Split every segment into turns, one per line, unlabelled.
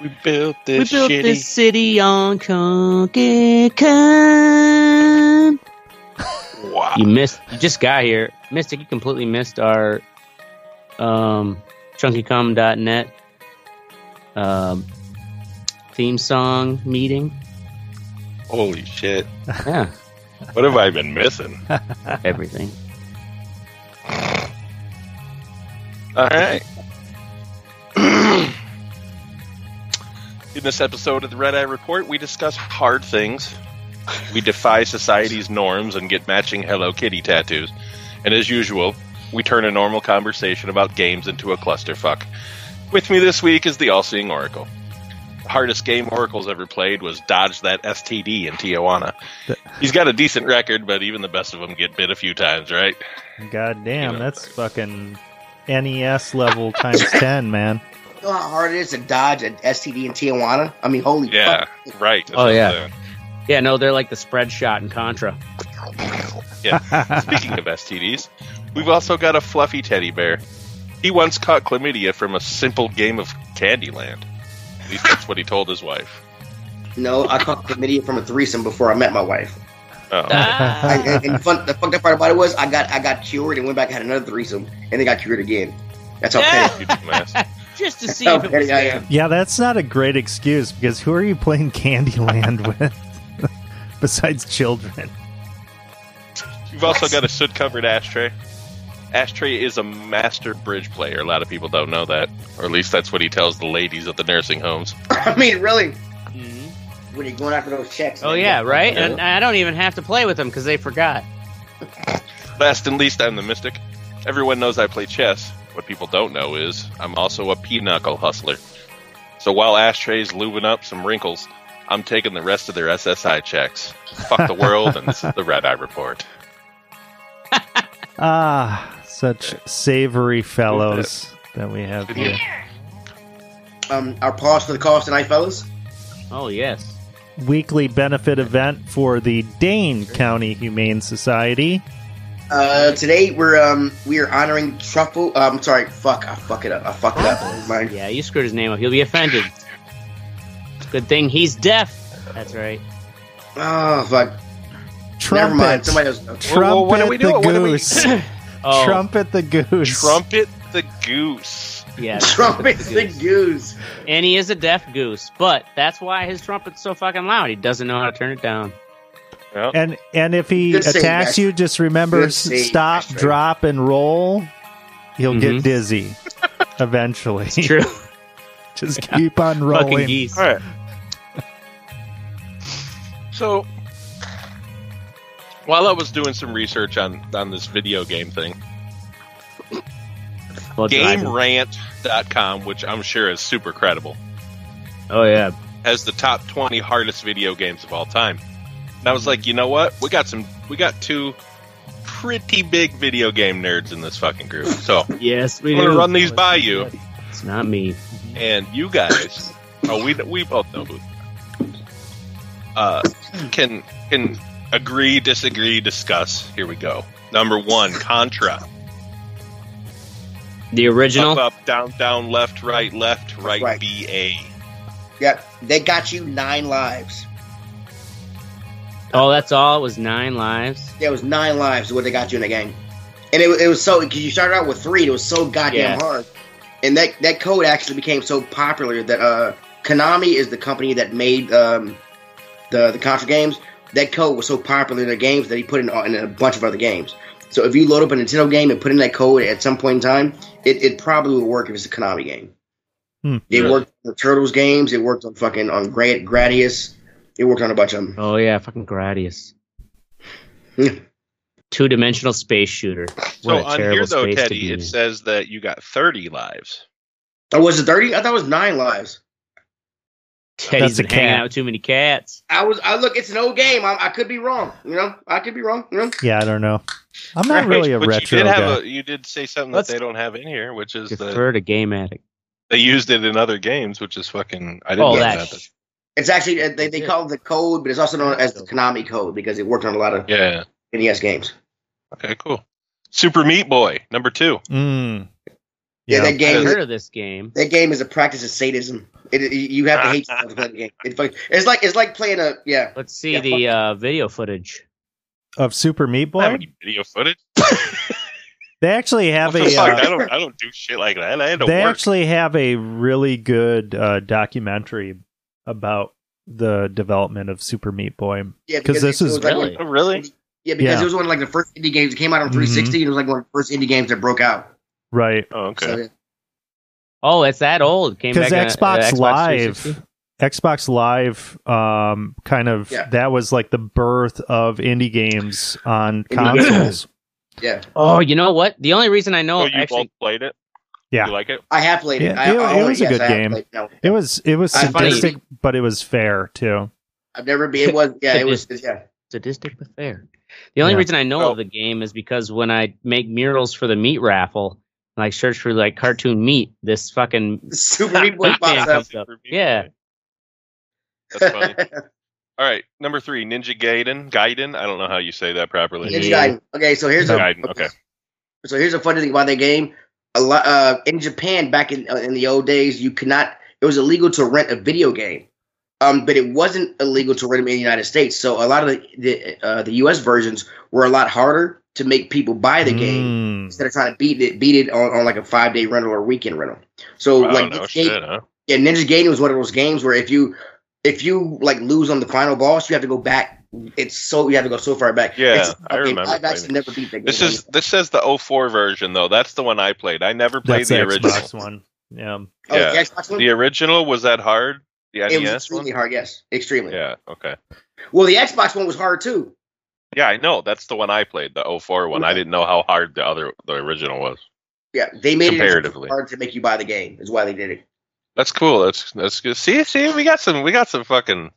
We built this
we built
shitty.
this city on Concon.
Wow.
You missed. You just got here, Mystic. You completely missed our um, chunkycom.net um, theme song meeting.
Holy shit.
Yeah,
What have I been missing?
everything.
All right. In this episode of the Red Eye Report, we discuss hard things. We defy society's norms and get matching Hello Kitty tattoos. And as usual, we turn a normal conversation about games into a clusterfuck. With me this week is the All Seeing Oracle. The hardest game Oracle's ever played was Dodge That STD in Tijuana. He's got a decent record, but even the best of them get bit a few times, right?
God
You know,
damn, that's fucking NES level times ten, man.
You know how hard it is to dodge an STD in Tijuana? I mean, holy
Yeah, right. That's
Oh,
what I'm
yeah.
saying.
Yeah, no, they're like the spread shot in Contra.
Speaking of STDs, we've also got a fluffy teddy bear. He once caught chlamydia from a simple game of Candyland. At least that's what he told his wife.
fuck. No, I caught chlamydia from a threesome before I met my wife.
Oh,
I,
Ah.
and and fun, the fucked up part about it was I got I got cured and went back and had another threesome and then got cured again. That's how petty.
you dumbass.
Just to see
How
if it was
petty I
there.
am.
Yeah, that's not a great excuse because who are you playing Candyland with besides children?
You've also got a soot covered ashtray. Ashtray is a master bridge player. A lot of people don't know that. Or at least that's what he tells the ladies at the nursing homes.
I mean, really,
Mhm.
when you're going after those checks.
Oh
man,
yeah, right. And I don't even have to play with them because they forgot.
Last and least, I'm the mystic. Everyone knows I play chess. What people don't know is I'm also a pinochle hustler. So while Ashtray's lubing up some wrinkles, I'm taking the rest of their SSI checks. Fuck the world and the Red Eye Report.
Ah, such savory fellows that we have here.
Um, our pause for the cause tonight, fellas.
Oh yes.
Weekly benefit event for the Dane County Humane Society.
Uh, today we're um we are honoring Truffle. Um, sorry, fuck, I fuck it up. I fuck it up. Never mind.
Yeah, you screwed his name up. He'll be offended. Good thing he's deaf. That's right.
Oh fuck.
Trumpet.
Never mind. Somebody else.
Trumpet
Well, well, what are we
the
doing? What are we-
goose.
Oh,
Trumpet the goose.
Trumpet the Goose.
Yeah.
Trumpet the goose.
And he is a deaf goose, but that's why his trumpet's so fucking loud. He doesn't know how to turn it down.
Well,
And and if he
Good save,
attacks
Ash.
you, just remember
Good
s-
save,
stop,
Ashtray.
drop, and roll. You'll
Mhm.
Mm-hmm.
get dizzy eventually.
True.
just keep on
fucking
rolling.
geese.
all right. So while I was doing some research on, on this video game thing,
Well, driving.
GameRant.com, which I'm sure is super credible,
Oh yeah.
as the top 20 hardest video games of all time. And I was like, you know what? We got some. We got two pretty big video game nerds in this fucking group. So
Yes, we
I'm gonna
do.
run these by you,
It's not me.
and you guys. Oh, we we both know who. Uh, can can agree, disagree, discuss. Here we go. Number one, Contra.
The original.
Up, up, down, down, left, right, left, right,
Right.
B A.
Yep, they got you nine lives.
Oh, that's all. It was nine lives.
There was nine lives what they got you in the game, and it, wa- it was so because you started out with three, and it was so goddamn
Yeah.
hard. And that that code actually became so popular that uh, Konami is the company that made um, the the Contra games. That code was so popular in their games that he put in, uh, in a bunch of other games. So if you load up a Nintendo game and put in that code at some point in time, it, it probably would work if it's a Konami game.
Hmm.
It
Yeah.
worked on the Turtles games. It worked on fucking on Grad- Gradius. It worked on a bunch of them.
Oh yeah, fucking Gradius.
Yeah.
Two dimensional space shooter.
So
What a
on
terrible
here, though,
space to
Teddy,
be
it
in.
says that you got 30 lives.
Oh, was it thirty? I thought it was nine lives.
Teddy's
That's a
been hanging
cat.
out with too many cats.
I was. I look. It's an old game. I, I could be wrong. You know. I could be wrong. You know.
Yeah, I don't know. I'm not really a
but
retro
you did
guy.
have a, You did say something
Let's-
that they don't have in here, which is that
Defer to game addict.
they used it in other games, which is fucking. I didn't
Oh,
know
that.
that.
It's actually uh, they, they call it the code, but it's also known as the Konami code because it worked on a lot of
Yeah.
NES games.
Okay. Cool. Super Meat Boy number two.
Mm.
Yeah,
Yeah.
that
I
game.
heard of this game.
That game is a practice of sadism. It, it- you have to hate yourself to play the game. It fucking, it's like it's like playing a yeah.
Let's see
Yeah,
the uh, video footage.
of Super Meat
I don't have
Boy.
any video footage.
They actually have
What the
a
fuck?
uh,
I don't. I don't do shit like that. I had to
they
work.
actually have a really good uh, documentary about the development of Super Meat Boy.
Yeah,
'Cause this
it
is-
was like one-
Really?
Oh, really?
yeah, because
Yeah. Mm-hmm.
it was one of like the first indie games that came out on 360. and It was like one of the first indie games that broke out.
Right.
Oh, okay.
So, yeah.
Oh, it's that old. Came
Because
back in, uh,
Xbox,
Xbox
Live
360?
Xbox Live um kind of
Yeah.
that was like the birth of indie games on
Indie
consoles.
yeah,
Oh, you know what? The only reason I know
oh, you both
actually,
played it.
Yeah.
You like it?
I have played it.
Yeah,
I,
it-
I
it
own
was a
yes,
good
I have
game.
played No,
It was it was
I
find it-
sadistic, but it was fair too.
I've never been. It was yeah. It was yeah.
sadistic but fair. The only
Yeah.
reason I know
Oh.
of the game is because when I make murals for the meat raffle, and I search for like cartoon meat, this fucking
Super Meat Boy
Meat Man
pops up.
comes up. Yeah.
That's funny. All right, number three, Ninja Gaiden. Gaiden. I don't know how you say that properly.
Yeah.
Ninja Gaiden. Okay, so here's a
Gaiden, okay.
So here's a funny thing about that game. A lot uh, in Japan back in uh, in the old days, you could not. It was illegal to rent a video game, um, but it wasn't illegal to rent them in the United States. So a lot of the the, uh, the U.S. versions were a lot harder to make people buy the
Hmm.
game
Mm.
instead of trying to beat it beat it on, on like a five day rental or weekend rental. So
Wow,
like
Oh, no
Ninja
shit,
Gaiden-
huh?
yeah, Ninja Gaiden was one of those games where if you if you like lose on the final boss, you have to go back. It's so you have to go so far back.
Yeah,
It's-
I remember
I've actually
playing
never beat that game.
This is this says the 04 version though. That's the one I played. I never played
That's
the,
the
original.
Xbox one. Yeah.
oh,
yeah.
the Xbox one?
The original was that hard? The
It was
NES E one?
extremely hard. Yes, extremely.
Yeah, okay.
Well, the Xbox one was hard too.
Yeah, I know. That's the one I played, the 04 one. I didn't know how hard the other the original was.
Yeah, they made
Comparatively.
it hard to make you buy the game. Is why they did it.
That's cool. That's that's good. See, see, we got some we got some fucking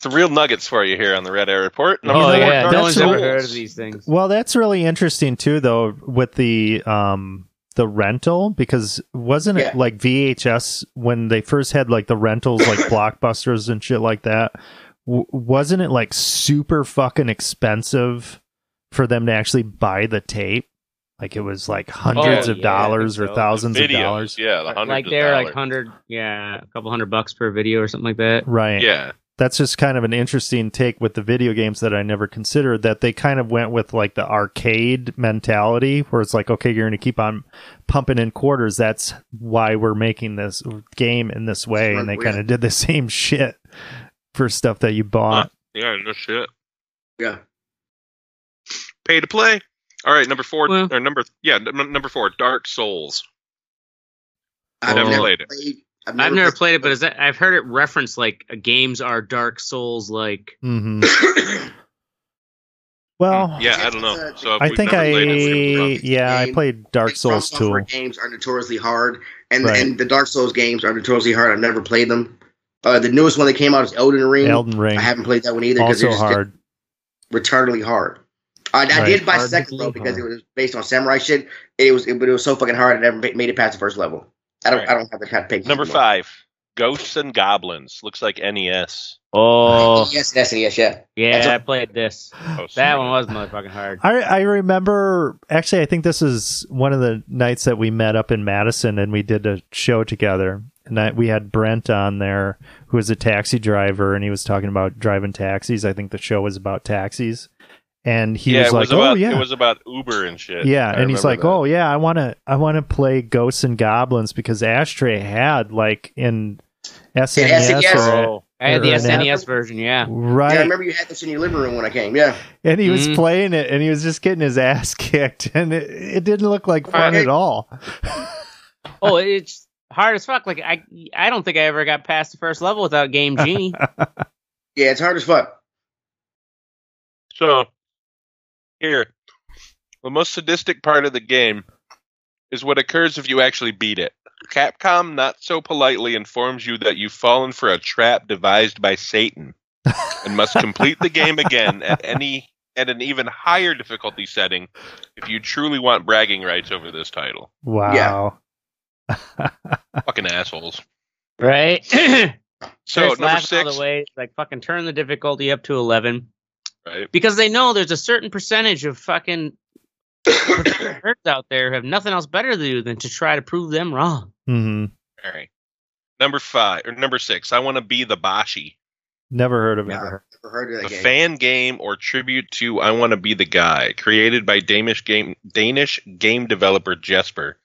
some real nuggets for you here on the Red Air Report. Number
oh
four,
yeah,
Dark
no one's ever
Souls.
heard of these things.
Well, that's really interesting too, though, with the um the rental because wasn't it
Yeah.
like VHS when they first had like the rentals, like blockbusters and shit like that? W- wasn't it like super fucking expensive for them to actually buy the tape? Like it was like hundreds
Oh,
of
yeah, I
dollars
think
or
so.
thousands of
Videos,
dollars,
Yeah, the hundreds
Like
of
they're like
dollars.
hundred, yeah, a couple hundred bucks per video or something like that.
right?
Yeah.
that's just kind of an interesting take with the video games that I never considered that they kind of went with like the arcade mentality where it's like okay you're going to keep on pumping in quarters that's why we're making this game in this way and they kind of did the same shit for stuff that you bought
Yeah, no shit.
Yeah.
Pay to play. All right, number four
Well-
or number yeah, num number four, Dark Souls.
I've
Never
never
played it.
I've
I've never played it, but is that, I've heard it referenced like uh, games are Dark Souls like.
hmm
but
well
Mm, yeah, I don't know. So if
I
we've
think
never
I
played it, we're drunk.
yeah I
Game.
played Dark Souls
Software
2
games are notoriously hard, and
Right.
and the Dark Souls games are notoriously hard. I've never played them. Uh, the newest one that came out is Elden Ring.
Elden Ring
I haven't played that one either because
also
it's just
hard
retardedly hard. I, I
Right.
did buy
Hard
second
to
though
believe
because it
hard.
was based on samurai shit. It was, it, but it was so fucking hard. I never ma- made it past the first level. I don't,
Right.
I don't have the kind of patience.
Number
anymore.
five, Ghosts and Goblins. Looks like E NES.
Oh
Yes, yes, yes, yeah. That's
yeah,
a-
I played this.
Oh,
That
sorry.
one was motherfucking hard.
I, I remember actually I think this is one of the nights that we met up in Madison and we did a show together and I, we had Brent on there who was a taxi driver and he was talking about driving taxis I think the show was about taxis and he
yeah,
was
it
like
was
oh
about,
yeah
it was about Uber and shit.
yeah,
I
and he's
remember
like,
that.
"Oh yeah, I want to, I want to play Ghosts and Goblins because Ashtray had like in
E
SNES,
SNES.
or,
Oh, I had the
Or an
SNES version, yeah.
right?
Yeah, I remember you had this in your living room when I came. Yeah,
and he was
Mhm.
playing it and he was just getting his ass kicked and it, it didn't look like fun
Right.
at all
Oh, it's hard as fuck. Like I, I don't think I ever got past the first level without Game Genie.
yeah, it's hard as fuck.
So here, the most sadistic part of the game is what occurs if you actually beat it. Capcom not so politely informs you that you've fallen for a trap devised by Satan and must complete the game again at any at an even higher difficulty setting if you truly want bragging rights over this title.
wow
Fucking assholes.
right?
So
There's
number
laugh all
six,
the way, like fucking turn the difficulty up to eleven
right?
because they know there's a certain percentage of fucking nerds out there who have nothing else better to do than to try to prove them wrong.
hmm
All right. Number five or number six. I want to be the Bashi,
Never heard of it.
Never heard- never heard of
a
that game.
fan game or tribute to I want to be the guy, created by Danish game Danish game developer Jesper.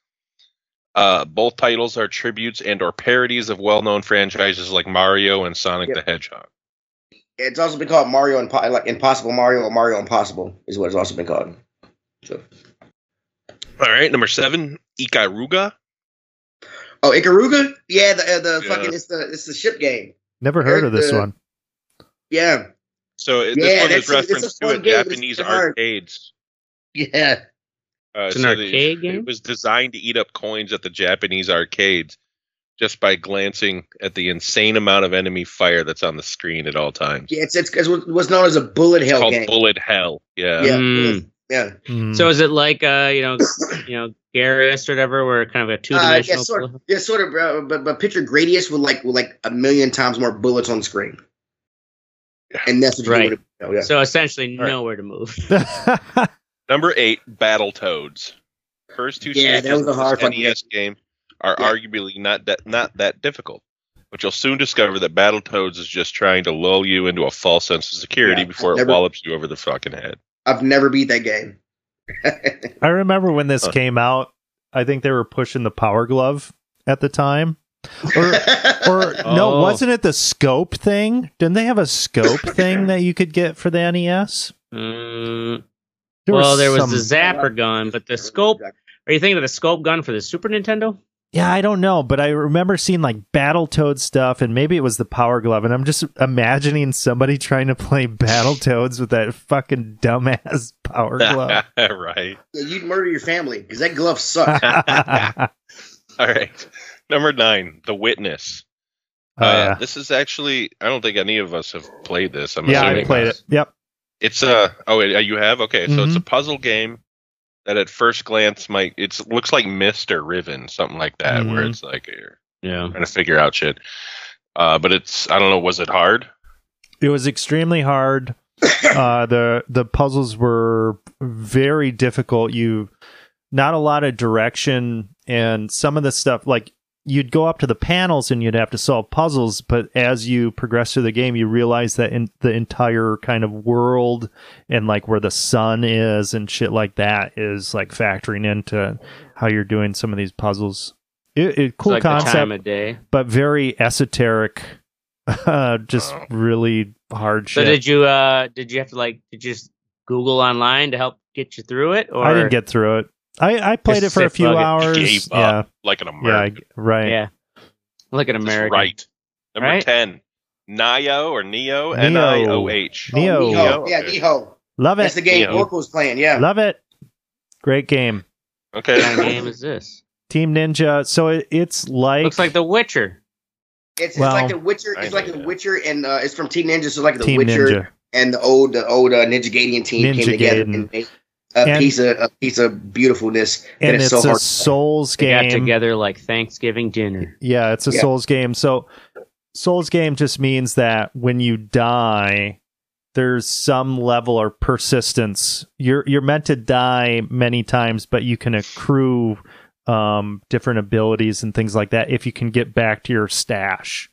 Uh, both titles are tributes and or parodies of well-known franchises like Mario and Sonic
Yep.
the Hedgehog.
It's also been called Mario and like Impossible Mario or Mario Impossible is what it's also been called. So,
All right, number seven, Ikaruga.
oh, Ikaruga, yeah, the uh, the
Yeah.
fucking it's the it's the ship game.
Never heard of this
Eric, uh,
one.
Yeah,
So it- this
Yeah,
one
that's-
is referenced
it's a
to
fun
a
game, but it's
Japanese
hard.
arcades.
yeah.
Uh,
It's an
the-
arcade game?
It was designed to eat up coins at the Japanese arcades just by glancing at the insane amount of enemy fire that's on the screen at all times.
Yeah, it's it's, it's what's known as a bullet
It's
hell
called
game.
Bullet Hell. Yeah.
Yeah,
Mm.
yeah,
Mm.
Hmm.
So is it like uh, you know, you know, Garrus or whatever, where kind of a two
uh,
dimensional?
yeah, sort of, yeah, sort of. Uh, but but picture Gradius with like with like a million times more bullets on the screen, and that's what you
Right.
would. Oh, yeah.
So essentially,
All right.
nowhere to move.
Number eight, Battletoads. First two
Yeah, that
stages
was a
of
hard
this
fucking
NES game are
Yeah.
arguably not that not that difficult. But you'll soon discover that Battletoads is just trying to lull you into a false sense of security
Yeah,
before it
never-
wallops you over the fucking head.
I've never beat that game.
I remember when this
Uh.
Huh.
came out. I think they were pushing the Power Glove at the time. Or, or no,
Oh.
wasn't it the scope thing? Didn't they have a scope thing that you could get for the NES?
Mm,
There
well,
was
there was
some-
the zapper gun, but the scope. Are you thinking of the scope gun for the Super Nintendo?
Yeah, I don't know, but I remember seeing like Battletoad stuff and maybe it was the Power Glove and I'm just imagining somebody trying to play Battletoads with that fucking dumbass Power Glove. Oh,
right.
Yeah, you'd murder your family because that glove sucked.
All right. Number nine, The Witness.
Oh,
uh,
yeah.
This is actually, I don't think any of us have played this. I'm
Yeah, I
assuming.
played it. Yep.
It's a, oh, wait, you have? Okay. So it's
Mhm.
a puzzle game that at first glance might, it looks like Mr. Riven, something like that, where
Mhm.
it's like you're
Yeah.
trying to figure out shit. Uh, but it's, I don't know, was it hard?
It was extremely hard. uh, the the puzzles were very difficult. You not a lot of direction, and some of the stuff like you'd go up to the panels and you'd have to solve puzzles. But as you progress through the game, you realize that in the entire kind of world and like where the sun is and shit like that is like factoring into how you're doing some of these puzzles. It, it cool
it's like
concept
The time of day.
but very esoteric. Uh, just
Oh.
really hard
So
shit.
did you uh did you have to like did you just Google online to help get you through it? Or
I didn't get through it. I, I played it
Just
for a
sit,
few
fuck it.
hours.
Gave
yeah,
up. Like an
yeah, I,
American.
right.
Yeah. Look at
That's
America.
Right. Number
Right?
10, Nio or Neo,
Neo.
N-I-O-H.
Neo.
Oh, Neo. Yeah,
Okay.
Neo.
Love
That's
it.
the game
Neo.
Oracle's playing. Yeah.
Love it. Great game,
What kind
Okay.
of game is this?
Team Ninja. So it, it's like
Looks like The Witcher.
It's, it's
Well,
like The Witcher.
I
It's
know
like The
that.
Witcher, and uh, it's from Team Ninja. So it's like The
Team
Witcher
Ninja.
and the old the old uh, Ninja Gaiden team
Ninja
came together
Gaiden.
and made a
And-
piece of a piece of beautifulness that
and
is
it's
so
a
hard.
Souls
They
game.
got together like Thanksgiving dinner.
Yeah, it's a
Yeah.
Souls game. So Souls game just means that when you die, there's some level of persistence. You're you're meant to die many times, but you can accrue um, different abilities and things like that if you can get back to your stash.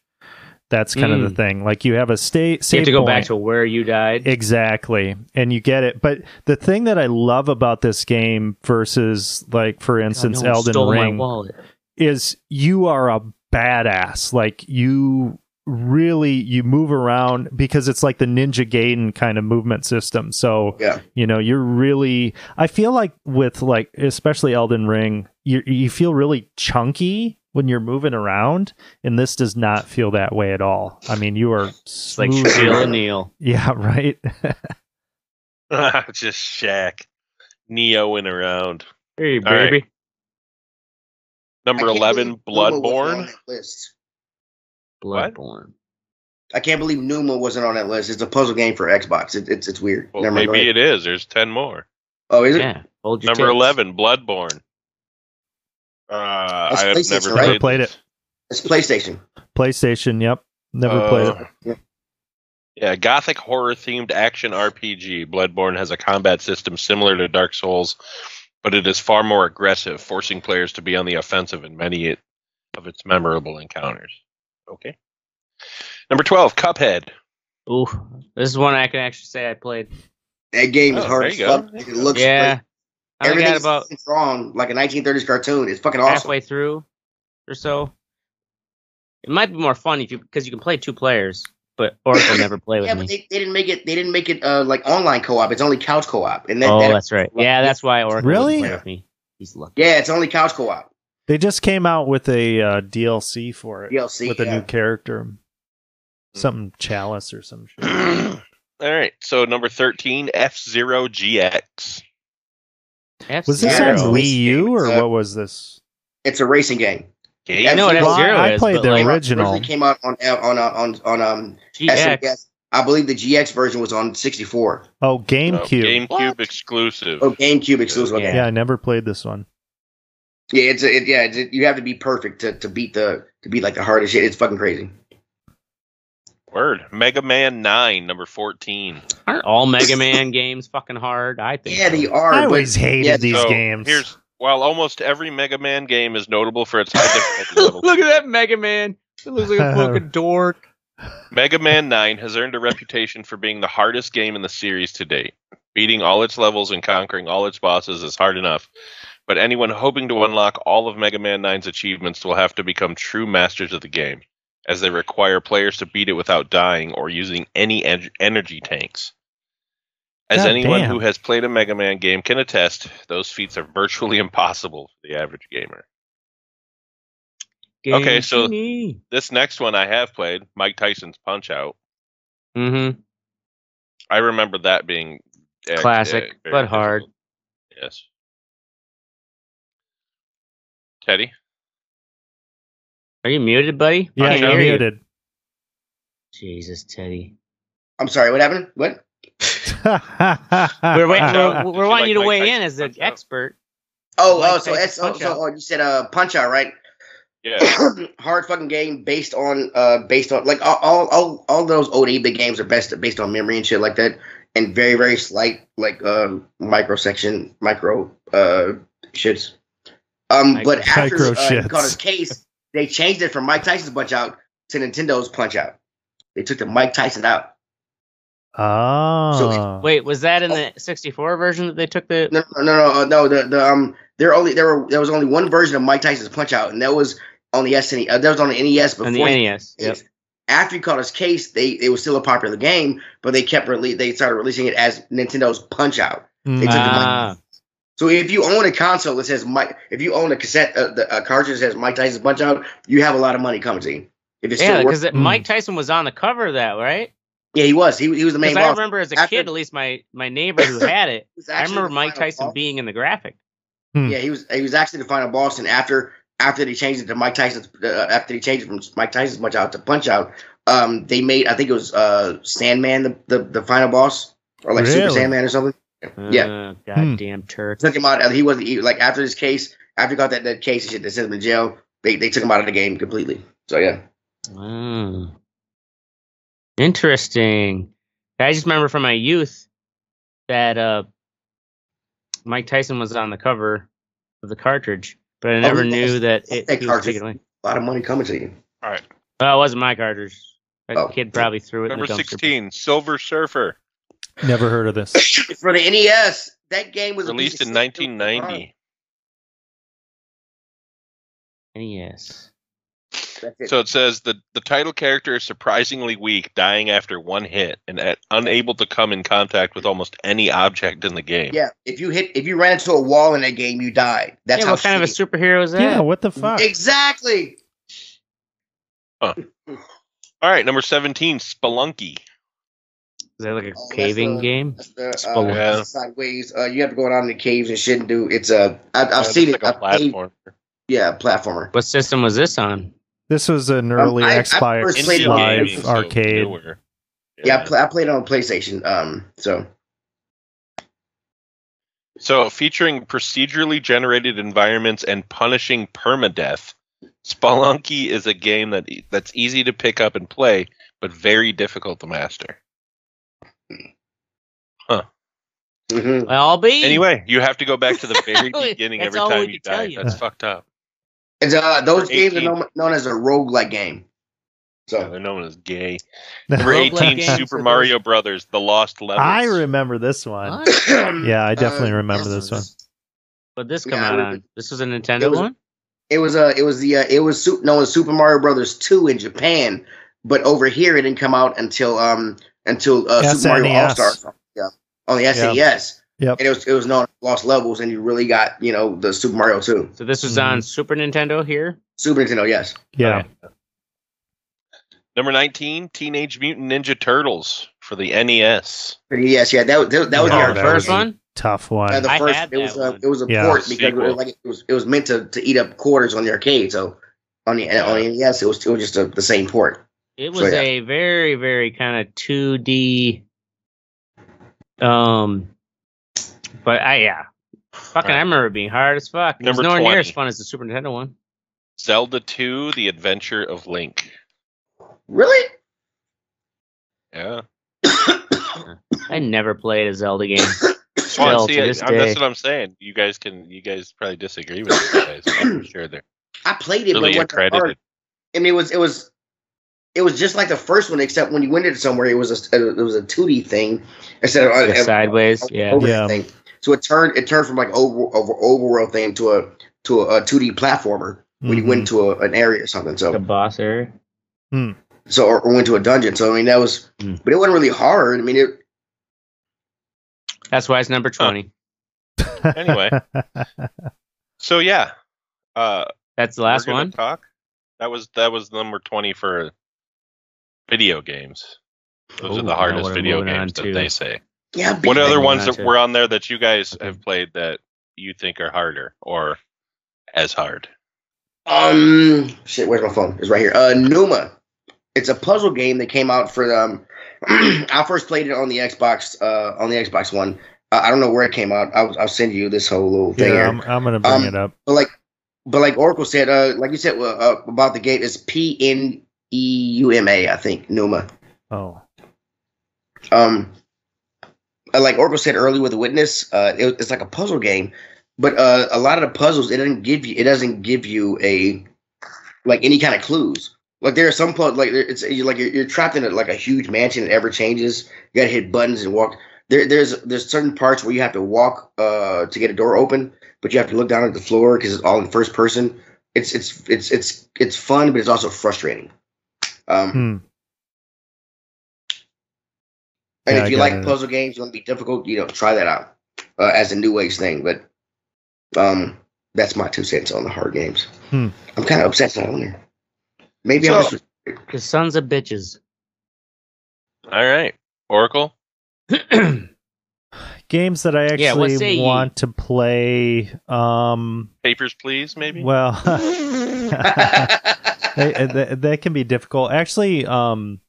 That's kind of the thing. Like you have a state.
Hmm. you have to go back to where you died.
Exactly. And you get it. But the thing that I love about this game versus like for
God,
instance
no one
Elden
stole my
Ring
wallet.
is you are a badass. Like you really you move around because it's like the Ninja Gaiden kind of movement system. So
Yeah.
you know you're really. I feel like with like especially Elden Ring, you you feel really chunky when you're moving around, and this does not feel that way at all. I mean, you are
It's like
smooth.
Shaquille O'Neal.
yeah, right.
Just Shaq. Neo in around.
There you
All right.
baby.
Number
I can't
11,
believe Numa wasn't on
Bloodborne.
that list.
What?
Bloodborne.
I can't believe Numa wasn't on that list. It's a puzzle game for Xbox. It, it's it's weird.
Well,
Never mind, go
maybe
ahead.
it is. There's 10 more.
oh, is it?
Yeah. Hold your
Number 11,
tits.
Bloodborne. Uh, I have
PlayStation,
never
right?
played,
Never played
this.
It's PlayStation.
PlayStation. Yep. Never
Uh,
played it.
Yeah, gothic horror themed action RPG. Bloodborne has a combat system similar to Dark Souls, but it is far more aggressive, forcing players to be on the offensive in many of its memorable encounters. Okay. Number 12, Cuphead.
Ooh, this is one I can actually say I played.
That game is
Oh,
hard
there
as
you go.
fuck. It looks
yeah,
like
I only got
everything's
about
wrong, like a 1930s cartoon. It's fucking awesome.
halfway through or so. It might be more fun if you because you can play two players, but Oracle never play with
Yeah,
me.
but they, they didn't make it. They didn't make it uh, like online co-op. It's only couch co-op, and that,
oh,
that-
that's right. Yeah, that's why Oracle
Really?
really play with me. He's lucky.
yeah, it's only couch co-op
They just came out with a uh, DLC for it
DLC.
with a
yeah.
new character, something Chalice or some shit.
All right. So number 13, F Zero GX.
F-Zero.
Was this
Yeah.
on Wii U or
Uh,
what was this?
it's a racing game.
Game
I know what
F-Zero
F-Zero
I
is,
played
but,
the
like,
Came out-
original.
originally came out on on uh, on on um.
GX.
SNES. I believe the GX version was on 64.
No,
Oh,
GameCube
GameCube.
What?
exclusive.
Oh, GameCube exclusive.
Yeah.
Yeah,
yeah, I never played this one.
yeah it's a, it, yeah. It's a, you have to be perfect to, to beat the to beat like the hardest shit. It's fucking crazy.
Word. Mega Man 9, number 14.
Aren't all Mega Man games fucking hard? I think.
Yeah,
so.
they are.
I
but
always hated
yeah,
these
So,
games.
Here's while almost every Mega Man game is notable for its high difficulty level,
Look at that Mega Man. It looks like a fucking dork.
Mega Man 9 has earned a reputation for being the hardest game in the series to date. Beating all its levels and conquering all its bosses is hard enough, but anyone hoping to unlock all of Mega Man 9's achievements will have to become true masters of the game, as they require players to beat it without dying or using any en- energy tanks. As
God
anyone
damn.
who has played a Mega Man game can attest, those feats are virtually impossible for the average gamer. Okay, so-
Mm-hmm.
This next one I have played, Mike Tyson's Punch Out.
Mm-hmm.
I remember that being uh,
Classic,
very
but hard.
difficult. Yes. Teddy,
Are you muted, buddy? I
yeah,
can't
you're
hear you.
muted.
Jesus, Teddy.
I'm sorry. What happened? What?
We're
we're
waiting.
Uh,
We're,
did you
we're wanting you to
like Mike
weigh in
Tyson's
as the
punch-out?
expert.
Oh,
Mike
oh, so
Tyson's
that's oh, so
Punch-Out.
oh, you said uh, punch out, right?
yeah,
Hard fucking game based on uh based on like all all all, all those old 8 bit games are best based on memory and shit like that, and very very slight like um micro section micro uh shits. Um,
Micro-
but after
Micro
uh,
shits.
Connor's case, they changed it from Mike Tyson's punch out to Nintendo's punch out. They took the Mike Tyson out.
oh.
Wait, was that in the 64 version that they took the?
No, no, no, no. uh, no the, the um, there only there were there was only one version of Mike Tyson's Punch Out, and that was on the SNES. Uh, that was on the NES before.
on the NES. Yep.
After he caught his case, they it was still a popular game, but they kept rele- they started releasing it as Nintendo's Punch Out.
Mm.
They took the money.
Ah,
So if you own a console that says Mike, if you own a cassette, uh, the, a cartridge that says Mike Tyson's Punch Out, you have a lot of money coming to you. If it's
yeah,
still
because
working.
Mm.
Mike Tyson was on the cover of that, right?
yeah, he was he, he was the main
Because I
boss.
remember as a
After-
kid, at least my my neighbor who had it,
He was
I
actually
remember
the
Mike
final
Tyson
boss.
being in the graphic.
Yeah, he was he was actually the final boss, and after after they changed it to Mike Tyson's uh, after they changed it from Mike Tyson's punch out to punch out, um, they made I think it was uh Sandman the the, the final boss or like Super
Really?
Sandman or something. Yeah.
Uh, goddamn turd.
Took him out. uh, He wasn't he, like after this case after he got that, that case and shit. They sent him to jail. They they took him out of the game completely. So yeah,
Ah. Interesting. I just remember from my youth that uh, Mike Tyson was on the cover of the cartridge, but I never
Oh, he was.
knew that it
That
he was
cartridge.
taken away.
a lot of money coming to you.
Well, it wasn't my cartridge. That
Oh.
kid probably threw it
number
in the dumpster.
sixteen, Silver Surfer,
Never heard of this.
For the NES, that game was
released in
nineteen
nineteen ninety.
Yes.
So it says the the title character is surprisingly weak, dying after one hit and at, unable to come in contact with almost any object in the game.
yeah, if you hit if you ran into a wall in that game, you died. That's
yeah,
how
what kind of a
shitty-
superhero is that?
yeah, what the fuck?
exactly.
All right, number seventeen, Spelunky.
Is that like a
Oh, that's
caving
the-
game?
That's the,
It's
uh,
below.
Yeah.
sideways. Uh, you have to go down in the caves and shit and do. It's a. I've, I've
Uh,
seen
it's
it.
Like a
I've played-
platform.
yeah, platformer.
What system was this on?
This was an
Um,
early
I- I
X Fi-
first
X
played it on
Live
Xbox.
arcade.
newer.
yeah, I, pla I played it on PlayStation. Um, so
So, featuring procedurally generated environments and punishing permadeath, Spelunky is a game that e, that's easy to pick up and play, but very difficult to master.
mhm.
Well, I'll be.
Anyway, you have to go back to the very
That's
beginning every
all we
time
can
you
tell
die.
you.
That's fucked up.
it's uh those games are
18.
known, known as a roguelike game.
Yeah,
So
they're known as gay.
No.
Number
Roguelike
18,
games
Super
are
Mario Brothers, The Lost Levels.
I remember this one.
What?
um,
Yeah, I definitely remember
yes.
this one.
But this
Yeah,
come
I
out
would-
on this was a
It
Nintendo
was-
one.
It was uh, it was the uh, it was su- known as Super Mario Brothers two in Japan, but over here it didn't come out until um until uh,
E
Super Mario All
SNES.
Stars. Yeah, on the SNES.
Yep.
And it was it was known as Lost Levels, and you really got you know the Super Mario two,
So this was on Super Nintendo here.
Super Nintendo. Yes.
Yeah.
Okay.
Number 19, Teenage Mutant Ninja Turtles for the E NES.
Yes, yeah, that was that, that was
Oh,
our
the
that
first
was-
one.
Tough
Uh,
one.
the
I
first,
had
it was
that
a,
one.
it was a
Yeah.
port because it
Sequel.
was, like, it was it was meant to, to eat up quarters on the arcade. So on the on the NES, it was it was just a, the same port.
It
So,
was
yeah.
a very very kind of two D. Um, but I yeah, fucking I
Right.
remember it being hard as fuck. It was
Number
nowhere near
20.
as fun as the Super Nintendo one.
Zelda 2, The Adventure of Link.
Really?
Yeah.
I never played a Zelda game.
Well,
Still,
see,
to
I-
this
I- that's
day.
what I'm saying. You guys can, you guys probably disagree with me, guys. I'm sure they're
I played it,
really
but it wasn't that hard.
accredited.
I mean, it was it was it was just like the first one, except when you went into somewhere, it was a it was a two D thing instead of uh,
Yeah, sideways, yeah.
overhead
Yeah.
thing. So it turned it turned from like over over overworld thing to a to a two D platformer when you
Mm-hmm.
went to a, an area or something. So
Oh,
The boss area.
so or, or went to a dungeon. So I mean, that was
Mm.
but it wasn't really hard. I mean, it
That's why it's number twenty.
Mhm.
Anyway. So yeah, uh,
That's the last
we're gonna
one.
Talk. That was that was number 20 for video games. Those
Ooh,
are
now
the hardest
we're
video
moving on
games that
to-
they say.
yeah.
What
Moving
other
on
ones that
to-
were on there that you guys have played that you think are harder or as hard?
Um, shit. Where's my phone? It's right here. Uh, Numa. It's a puzzle game that came out for um. I first played it on the Xbox. Uh, on the Xbox One. Uh, I don't know where it came out. I'll, I'll send you this whole little thing.
yeah,
here.
I'm, I'm gonna bring
Um,
it up.
But like, but like Oracle said, uh, like you said uh, uh, about the game is P N E U M A. I think Numa.
Oh,
Um, uh, like Oracle said earlier with the witness, uh, it, it's like a puzzle game, but uh, a lot of the puzzles it doesn't give you it doesn't give you a like any kind of clues. Like there are some puzzles like there- it's you're, like you're, you're trapped in a, like a huge mansion that ever changes. You gotta hit buttons and walk. There, there's there's certain parts where you have to walk uh, to get a door open, but you have to look down at the floor because it's all in first person. It's it's it's it's it's fun, but it's also frustrating. Um,
hmm.
and
Yeah, I
if you
got
like
it.
puzzle games, you want to be difficult, you know, try that out uh, as a new age thing. But um, that's my two cents on the hard games.
Hmm.
I'm kind of obsessed on there. Maybe I'm
So-
just
The sons of bitches.
All right, Oracle.
games that I
Yeah, what
actually
say ye?
want to play. Um,
Papers, please, maybe.
well, they, that, that can be difficult. Actually, um,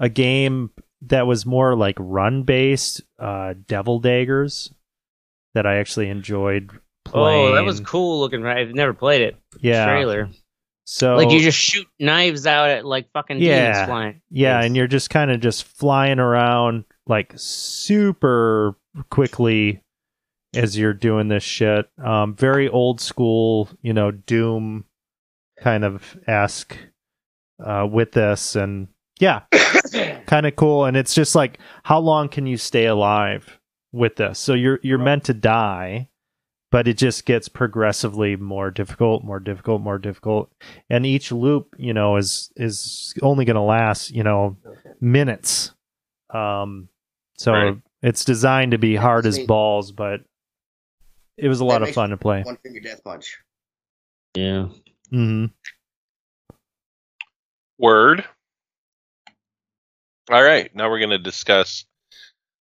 a game that was more like run based, uh, Devil Daggers, that I actually enjoyed playing.
Oh, that was cool looking. Right, I've never played it.
Yeah.
Trailer.
So
Like you just shoot knives out at like fucking demons
Yeah.
flying.
Yeah, and you're just kind of just flying around like super quickly as you're doing this shit. Um, very old school, you know, Doom kind of esque uh, with this, and yeah, kind of cool. And it's just like, how long can you stay alive with this? So you're you're meant to die, but it just gets progressively more difficult, more difficult, more difficult and each loop you know is is only going to last you know minutes um so
Right.
it's designed to be hard as balls but it was a lot
That
of fun to play
one finger death punch.
yeah.
hmm
Word. All right, now we're going to discuss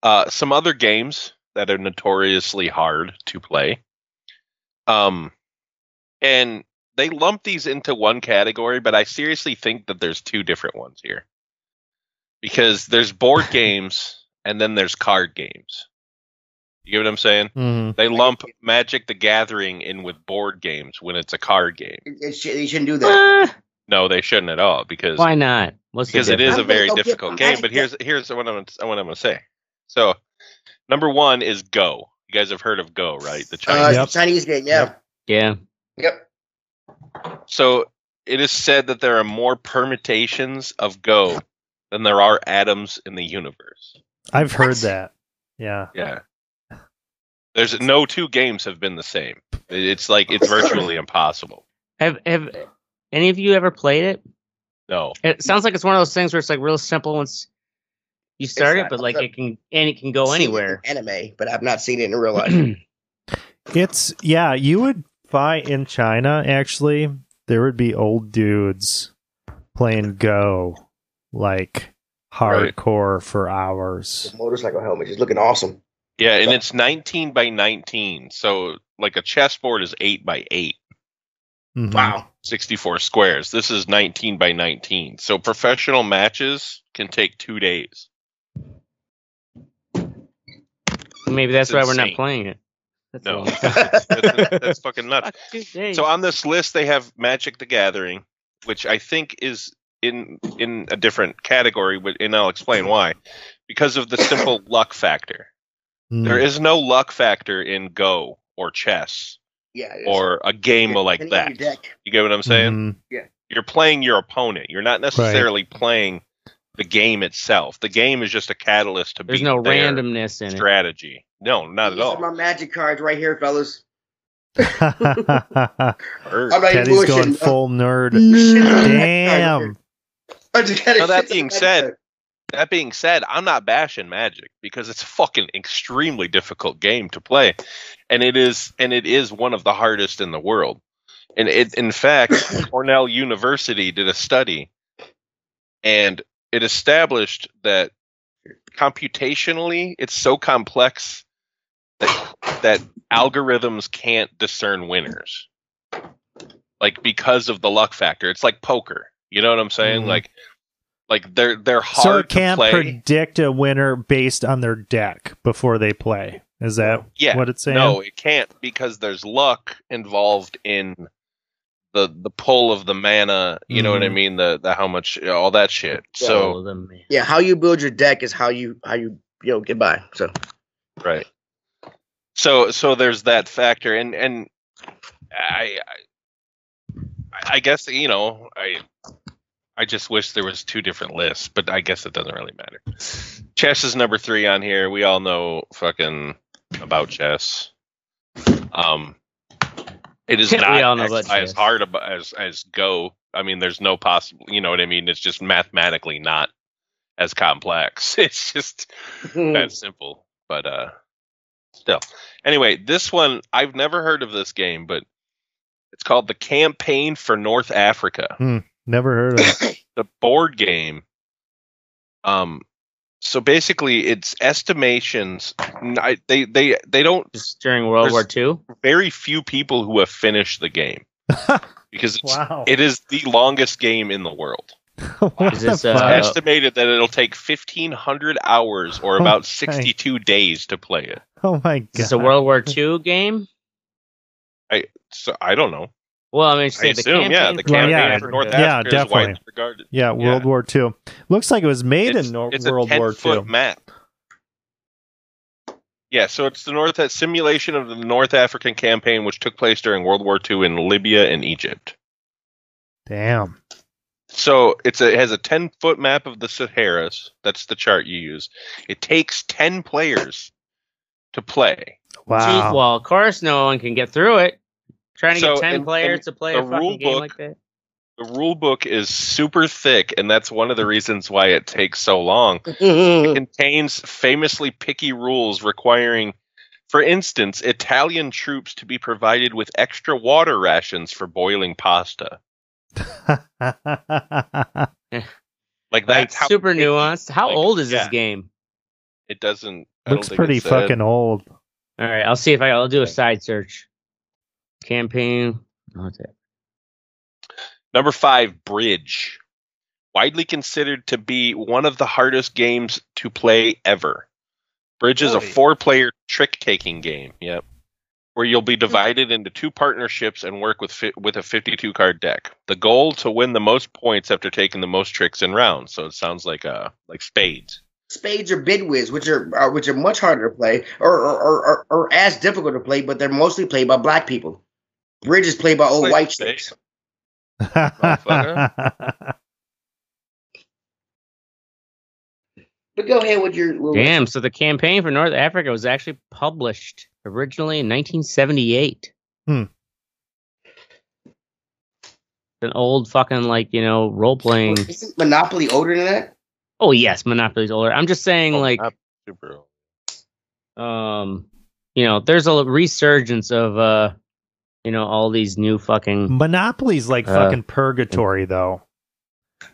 uh, some other games that are notoriously hard to play. Um, and they lump these into one category, but I seriously think that there's two different ones here because there's board games and then there's card games. You get what I'm saying?
hmm
They lump Magic the Gathering in with board games when it's a card game.
It, it sh- you shouldn't do that.
Ah,
No, they shouldn't at all because
why not? What's
because
the
it is
difference?
a very
I'm gonna go
difficult
get my
game. But here's here's what I'm what I'm gonna say. So number one is Go. You guys have heard of Go, right? The
Uh,
Chinese.
Chinese game, yeah.
Yeah.
Yep.
So it is said that there are more permutations of Go than there are atoms in the universe.
I've heard
What?
that. Yeah.
Yeah. There's no two games have been the same. It's like it's virtually impossible.
Have have any of you ever played it?
No.
It sounds like it's one of those things where it's like real simple once you start it,
not-
but like it can and it can go
Seen it in
anywhere.
Anime, but I've not seen it in real life.
It's yeah, you would find in China actually, there would be old dudes playing Go like
Right.
hardcore for hours.
Motorcycle helmet, just looking awesome.
Yeah, and it's 19 by 19. So like a chessboard is 8 by 8,
Mhm.
Wow.
64 squares. This is 19 by 19. So professional matches can take 2 days.
Maybe that's why
That's
we're not
insane.
playing it. That's
No.
all.
That's, that's fucking nuts.
Fuck, dude, hey.
So on this list they have Magic the Gathering, which I think is in in a different category, but and I'll explain why. Because of the simple luck factor.
Mm.
There is no luck factor in Go or chess
Yeah. it is.
or a game like
Depending on
that.
your deck.
You get what I'm saying?
Mhm.
Mm-hmm.
You're playing your opponent. You're not necessarily playing the game itself. The game is just a catalyst to
There's
beat
no
their
randomness in it.
strategy. No, not at
These are
all.
My magic cards right here, fellas.
Or-
I'm not even
Mm-hmm. Teddy's going
bullshitting.
full nerd.
Shit.
Damn.
I just got
Now,
a
that
shit
being
magic
said,
card.
That being said, I'm not bashing Magic because it's a fucking extremely difficult game to play, and it is and it is one of the hardest in the world. And it, in fact, Cornell University did a study, and it established that computationally, it's so complex that that algorithms can't discern winners, like because of the luck factor. It's like poker. You know what I'm saying?
Mhm.
Like, like they're they're hard
so it
to
can't
play.
predict a winner based on their deck before they play. Is that
yeah,
what it's saying?
No, it can't because there's luck involved in the the pull of the mana. You know what I
Mhm.
mean? The the how much all that shit. So
Oh, the man.
yeah, how you build your deck is how you how you you know get by. So
right. So so there's that factor, and and I I, I guess you know I. I just wish there was two different lists, but I guess it doesn't really matter. Chess is number three on here. We all know fucking about chess. Um, it is
We
not
all know about
as, as
chess.
hard ab- as as Go. I mean, there's no possible. You know what I mean? It's just mathematically not as complex. It's just that simple. But uh, still. Anyway, this one I've never heard of this game, but it's called the Campaign for North Africa
Never heard of it.
the board game um so basically it's estimations n- I, they they they don't
Just during World War
There's-
II.
very few people who have finished the game because it's,
wow.
it is the longest game in the world
What
Is this,
the
uh,
It's
fuck?
Wow.
estimated that it'll take 1500 hours or
Oh,
about
thanks.
62 days to play it
oh my god.
Is this a World War II game?
so i don't know
Well, I mean, it's
i
like the
assume yeah
campaign
the
for-
campaign
yeah,
for north
yeah,
africa is widely
definitely.
regarded Yeah.
Yeah, World War II. Looks like it was made
it's,
in Nor-
it's a
World
10
War
foot
II.
map. Yeah, so it's the North that simulation of the North African campaign, which took place during World War II in Libya and Egypt.
Damn.
So it's a, it has a ten foot map of the Saharas. That's the chart you use. It takes ten players to play.
Wow.
Gee, well, of course, no one can get through it. Trying to
So,
get ten
and-
players
and
to play
the
a fucking
rule
game
book-
like that.
The rule book is super thick, and that's one of the reasons why it takes so long. contains famously picky rules requiring, for instance, Italian troops to be provided with extra water rations for boiling pasta. Like
Like
that's how
super
picky-
nuanced. How
like,
old is this
yeah.
game?
It doesn't. I don't
Looks
think
pretty
it said.
fucking old.
All right, I'll see if I, I'll do a side search. Campaign. Oh, it's it.
Number five, Bridge, widely considered to be one of the hardest games to play ever. Bridge is a
Really?
four-player trick-taking game. Yep. Where you'll be divided into two partnerships and work with fi- with a 52 card deck. The goal to win the most points after taking the most tricks and rounds. So it sounds like uh like spades.
Spades or bidwiz, which are, are which are much harder to play, or or, or, or or as difficult to play, but they're mostly played by black people. Bridge is played by old
Play
Oh, white
spades.
chicks.
Motherfucker.
But go ahead with your little
Damn, so the campaign for North Africa was actually published originally in 1978.
Hmm.
An old fucking, like, you know, role playing.
Isn't Monopoly older than that?
Oh, yes, Monopoly's older. I'm just saying,
Oh,
like,
not super old.
um, you know, there's a resurgence of, uh, you know, all these new fucking.
Monopoly's like
Uh,
fucking purgatory, though.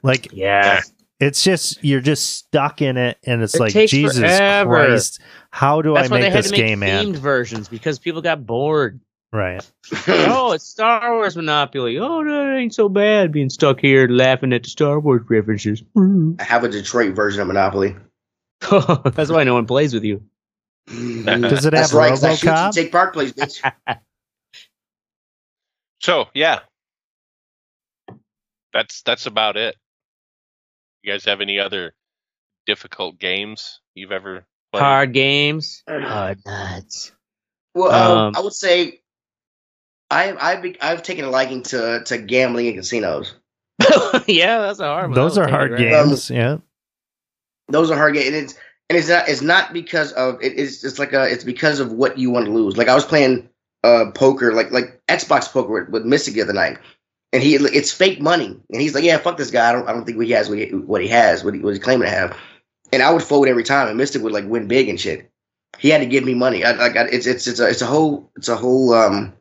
Like
Yeah.
it's just you're just stuck in it, and it's
It
like
takes
Jesus
forever.
Christ, how do
That's
I
why they
make
had
this
to make
game
themed
end?
versions because people got bored.
Right?
oh, it's Star Wars Monopoly. Oh, that ain't so bad being stuck here laughing at the Star Wars references.
I have a Detroit version of Monopoly.
That's why no one plays with you.
Does it have
That's right, 'cause I shoot you,
RoboCop?
Jake Park plays, bitch.
So yeah, that's that's about it. You guys have any other difficult games you've ever played?
Card games. Hard nuts.
Well, um,
Um,
I would say I I've be, I've taken a liking to to gambling in casinos.
yeah, that's a hard one.
Those
That
are
would
hard
take it, right?
games. Yeah.
Those are hard games, and it's and it's not it's not because of it is it's like a it's because of what you want to lose. Like I was playing uh poker, like like Xbox poker with, with Mystic the other night, and he it's fake money, and he's like, yeah, fuck this guy. I don't I don't think he has what he, what he has, what he what he's claiming to have. And I would fold every time, and Mystic would like win big and shit. He had to give me money. I, like I, it's it's it's a it's a whole it's a whole um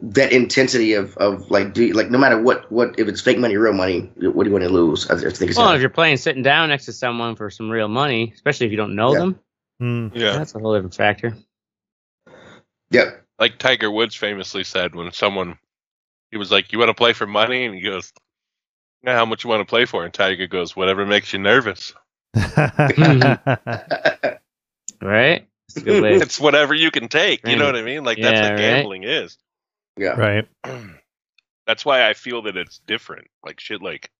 that intensity of of like do you, like no matter what what if it's fake money real money what do you want to lose I, I think it's
Well, if you're playing sitting down next to someone for some real money, especially if you don't know
Yeah.
them,
Mm.
Yeah,
that's a whole different factor.
yeah
like Tiger Woods famously said when someone he was like, "You want to play for money?" and he goes, "Yeah, how much you want to play for?" and Tiger goes, "Whatever makes you nervous.
Right? That's a good way.
it's whatever you can take." You know what I mean? Like that's
Yeah,
what
right.
gambling is.
yeah
right.
that's why I feel that it's different. Like shit, like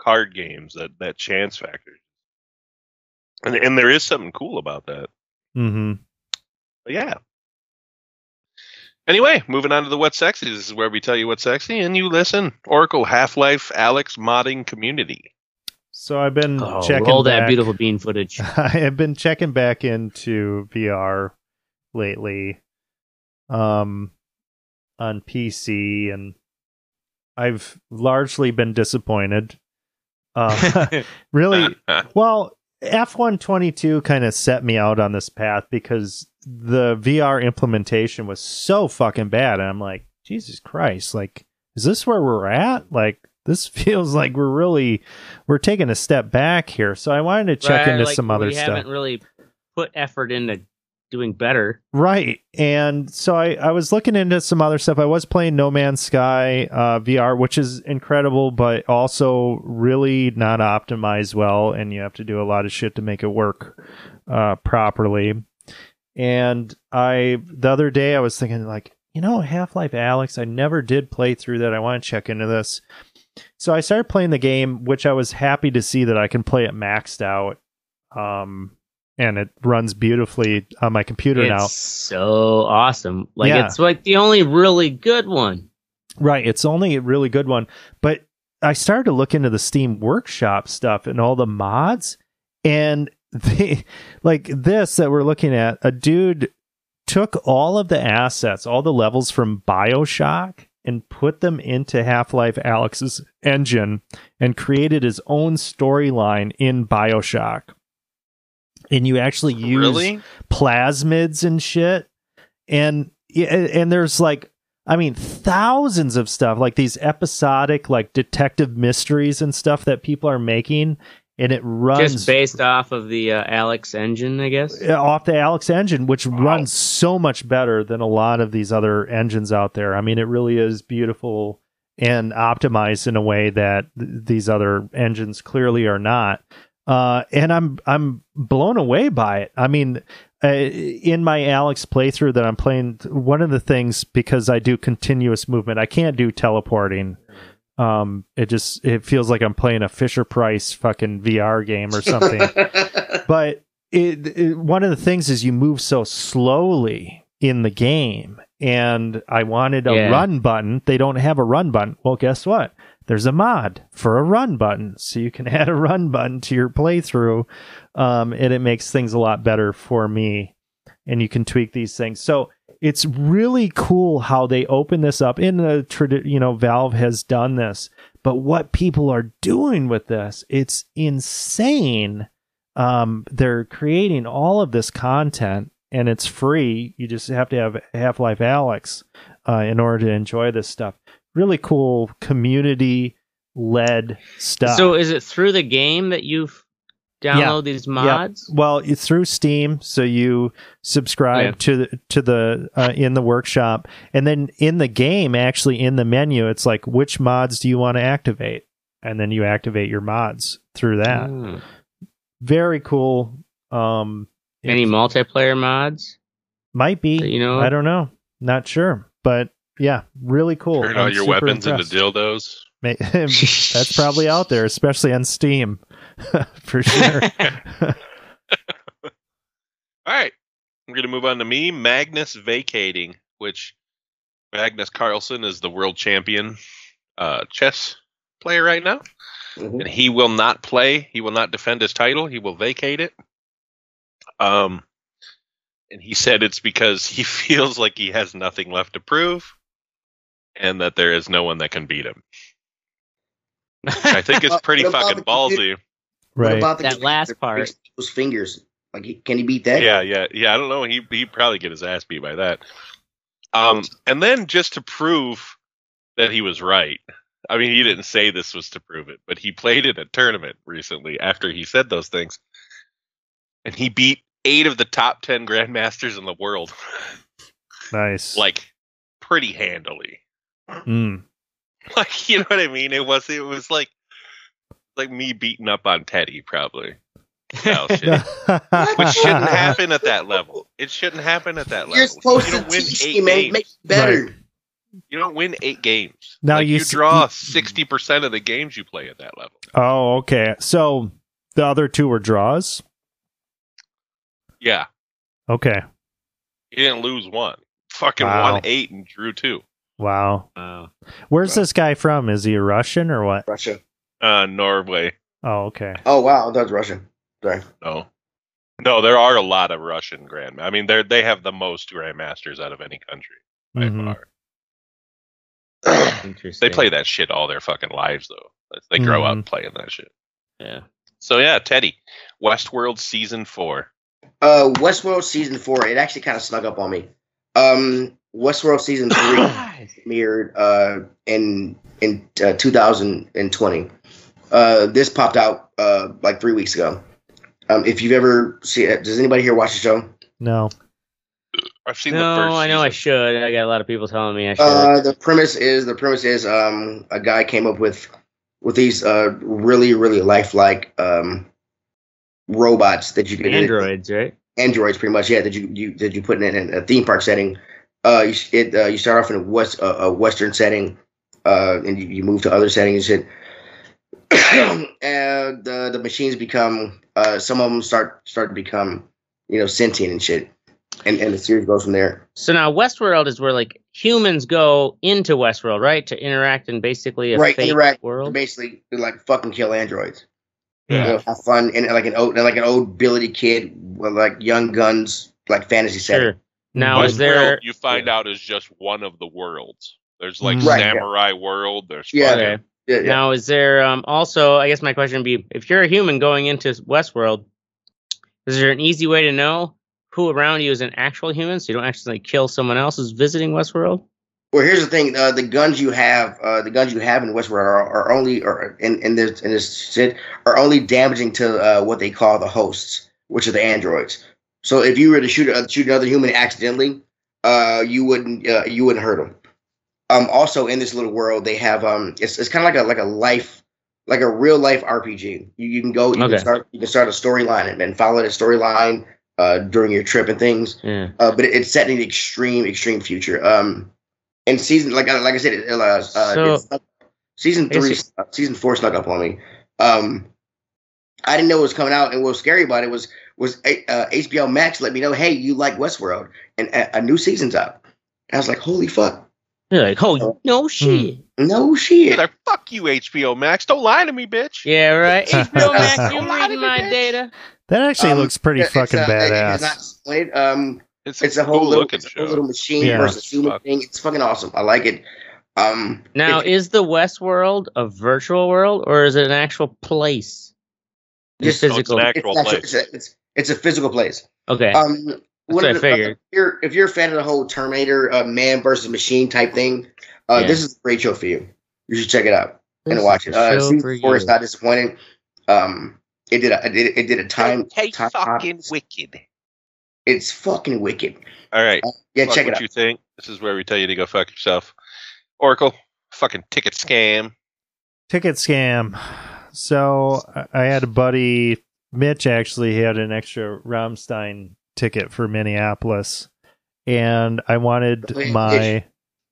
card games that that chance factor, and and there is something cool about that.
hmm
But yeah. Anyway, moving on to the what's sexy. This is where we tell you what's sexy, and you listen. Oracle Half Life Alex modding community.
So I've been
Oh,
checking
roll that
back-
beautiful bean footage.
I have been checking back into VR lately um on PC and I've largely been disappointed. Uh, really well, F122 kind of set me out on this path because the VR implementation was so fucking bad and I'm like, Jesus Christ, like is this where we're at? Like this feels like we're really we're taking a step back here. So I wanted to check
Right,
into
like,
some other
we
stuff.
haven't really put effort into doing better.
Right. And so I, I was looking into some other stuff. I was playing No Man's Sky uh, VR, which is incredible, but also really not optimized well. And you have to do a lot of shit to make it work uh, properly. And I, the other day, I was thinking, like, you know, Half Life Alex, I never did play through that. I want to check into this. So I started playing the game, which I was happy to see that I can play it maxed out. Um, and it runs beautifully on my computer
It's
now.
so awesome. Like
Yeah.
it's like the only really good one.
Right. It's only a really good one. But I started to look into the Steam Workshop stuff and all the mods. And they, like this that we're looking at, a dude took all of the assets, all the levels from Bioshock, and put them into Half Life Alex's engine and created his own storyline in Bioshock. And you actually use
really?
plasmids and shit and and there's like i mean thousands of stuff like these episodic like detective mysteries and stuff that people are making and it runs
Just based off of the uh, Alex engine, I guess.
off the alex engine which runs so much better than a lot of these other engines out there i mean it really is beautiful and optimized in a way that th- these other engines clearly are not uh, and I'm I'm blown away by it. I mean, uh, in my Alex playthrough that I'm playing, one of the things because I do continuous movement, I can't do teleporting. Um, it just it feels like I'm playing a Fisher Price fucking VR game or something. but it, it- one of the things is you move so slowly in the game, and I wanted a
Yeah.
run button. They don't have a run button. Well, guess what? there's a mod for a run button. So you can add a run button to your playthrough, um, and it makes things a lot better for me. And you can tweak these things. So it's really cool how they open this up in the tradi- you know Valve has done this, but what people are doing with this, it's insane. Um, they're creating all of this content and it's free. You just have to have Half Life Alex uh, in order to enjoy this stuff. Really cool community led stuff.
So is it through the game that you've download these mods?
Well, it's through Steam, so you subscribe
Yeah.
to the, to the uh, in the workshop, and then in the game, actually in the menu, it's like which mods do you want to activate, and then you activate your mods through that.
Hmm.
Very cool. Um,
Any
it
multiplayer mods?
might
that
be.
You know,
I don't know. Not sure, but yeah, really cool.
Turn all
I'm
your
super
weapons
impressed.
into dildos.
Ma- That's probably out there, especially on Steam, for sure.
All right. We're going to move on to me, Magnus vacating, which Magnus Carlsen is the world champion uh, chess player right now.
Mhm.
And he will not play. He will not defend his title. He will vacate it. Um, and he said it's because he feels like he has nothing left to prove and that there is no one that can beat him. I think it's
Well,
pretty
what about
fucking
the
ballsy.
computer- What
right.
about the
That last part.
Those fingers, like he- can he beat that?
Yeah, yeah, yeah. I don't know. He he probably get his ass beat by that. Um, and then just to prove that he was right. I mean, he didn't say this was to prove it, but he played in a tournament recently after he said those things, and he beat eight of the top ten grandmasters in the world,
Nice.
like pretty handily.
Mm.
Like you know what I mean? It was it was like like me beating up on Teddy probably. Style shit. Which shouldn't happen at that level. It shouldn't happen at that level.
You're supposed
You
to
don't win
teach
eight
me, man.
games.
Make it better.
You don't win eight games.
Now
Like,
you
you,
s-
draw sixty percent of the games you play at that level.
Oh, okay. So the other two were draws.
Yeah,
Okay.
you didn't lose one. Fucking
Wow.
won eight and drew two.
Wow.
Wow.
Where's this guy from? Is he a Russian or what?
Russia.
Uh, Norway.
Oh, okay.
Oh wow, that's Russia. Sorry.
No, no, there are a lot of Russian grand. I mean, they they have the most grandmasters out of any country by
Mhm.
far.
Interesting.
They play that shit all their fucking lives though. That's- They grow
Mhm.
up playing that shit.
Yeah.
So yeah, Teddy, Westworld season four.
Uh, Westworld season four. It actually kind of snuck up on me. Um, Westworld season three premiered uh in in uh, 2020. Uh, this popped out uh like three weeks ago. Um, if you've ever seen it, does anybody here watch the show?
No.
I've seen the first.
No, I know I
season.
should. I got a lot of people telling me I should.
Uh, the premise is the premise is um a guy came up with with these uh really really lifelike um robots that you could
Androids, right?
androids pretty much yeah that you, you that you put in, in a theme park setting uh you, s- it, uh, you start off in a west uh, a western setting uh and you, you move to other settings and and the the machines become uh some of them start start to become you know sentient and shit and and the series goes from there
So now Westworld is where like humans go into Westworld, right, to interact in basically a
Right,
fake
interact-
world.
basically they're like fucking kill androids
Yeah.
You know, have fun and like an old and like an old billeted kid with like young guns like fantasy setting
Sure. Now
Mhm.
is there?
you find out is just one of the worlds. There's like
Right, yeah.
samurai world. There's
Mm-hmm. Yeah.
fucking-
Okay.
yeah, yeah.
Now, is there um, also? I guess my question would be: If you're a human going into Westworld, is there an easy way to know who around you is an actual human, so you don't actually kill someone else who's visiting Westworld?
Well, here's the thing: uh, the guns you have, uh, the guns you have in Westworld are, are only, are in, in this in this shit, are only damaging to uh, what they call the hosts, which are the androids. So if you were to shoot uh, shoot another human accidentally, uh, you wouldn't uh, you wouldn't hurt them. Um, also in this little world, they have um, it's it's kind of like a like a life, like a real life RPG. You, you can go, you
Okay.
can start, you can start a storyline and, and follow the storyline uh, during your trip and things
Yeah.
uh, but it, it's set in the extreme, extreme future. Um, and season like I- like I said, it, uh, uh,
So-
it snuck- season
I guess
three, uh, season four snuck up on me. Um, I didn't know it was coming out, and what was scary about it was was uh, HBO Max let me know, hey, you like Westworld, and a, a new season's up. And I was like, holy fuck!
They're like, oh no shit.
No shit.
Like, fuck you, HBO Max. Don't lie to me, bitch.
Yeah, right. HBO Max,
A
you
lot of
reading my
it, bitch.
data?
That actually
Um,
looks pretty
It's,
fucking
uh, it- It's not
badass.
displayed. Um, it's a whole,
cool
little,
looking
it's a
show.
whole little machine
Yeah.
versus human
Fuck.
thing. It's fucking awesome. I like it. Um,
Now,
if-
is the West World a virtual world or is it an actual place? Just
Yes, no, it's
physical.
an act-
it's,
Actual
actual-
place.
it's, a, it's, it's a physical place.
okay.
Um,
what
one of
I
the- uh,
figured.
If you're, if you're a fan of the whole Terminator uh, man versus machine type thing, uh,
Yeah.
this is a great show for you. You should check it out and watch it.
This is a
Uh,
show for
season four is
you.
not disappointing. Um, it did a, it did it did a time.
Hey,
time
fucking wicked.
It's fucking wicked.
All right.
Yeah,
fuck
check it
what
out.
you think. This is where we tell you to go fuck yourself. Oracle, fucking ticket scam.
Ticket scam. So I- I had a buddy, Mitch actually had an extra Rammstein ticket for Minneapolis, and I wanted
Wait,
my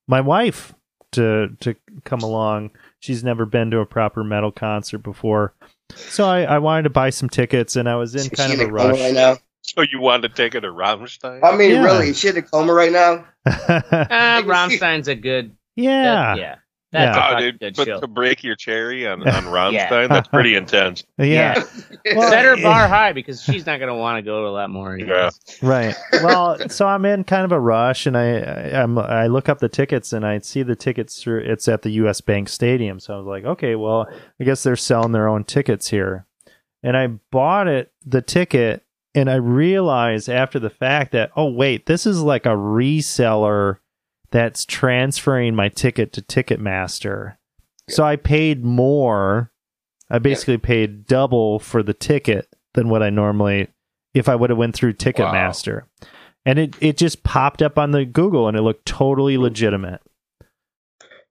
my wife to to come along. She's never been to a proper metal concert before, so I, I wanted to buy some tickets, and I was in
Is
kind
she
of a
in coma
rush.
Right now?
So you wanted to take it to Rammstein?
I mean,
Yeah.
really, is she in a coma right now?
Ah,
Like,
Rammstein's a good.
yeah,
that- yeah. That's
Yeah.
a
Oh,
fucking
dude,
good
but
show.
to break your cherry on, on Rammstein, that's pretty intense.
yeah. Well,
Set her
yeah.
bar high because she's not going to want to go to a lot more.
Yeah.
Right. Well, so I'm in kind of a rush, and I I- I'm, I look up the tickets, and I see the tickets through. It's at the U.S. Bank Stadium, so I was like, okay, well, I guess they're selling their own tickets here. And I bought it the ticket, and I realized after the fact that oh wait, this is like a reseller that's transferring my ticket to Ticketmaster. So I paid more. I basically paid double for the ticket than what I normally if I would have went through Ticketmaster. And it, it just popped up on the Google and it looked totally legitimate.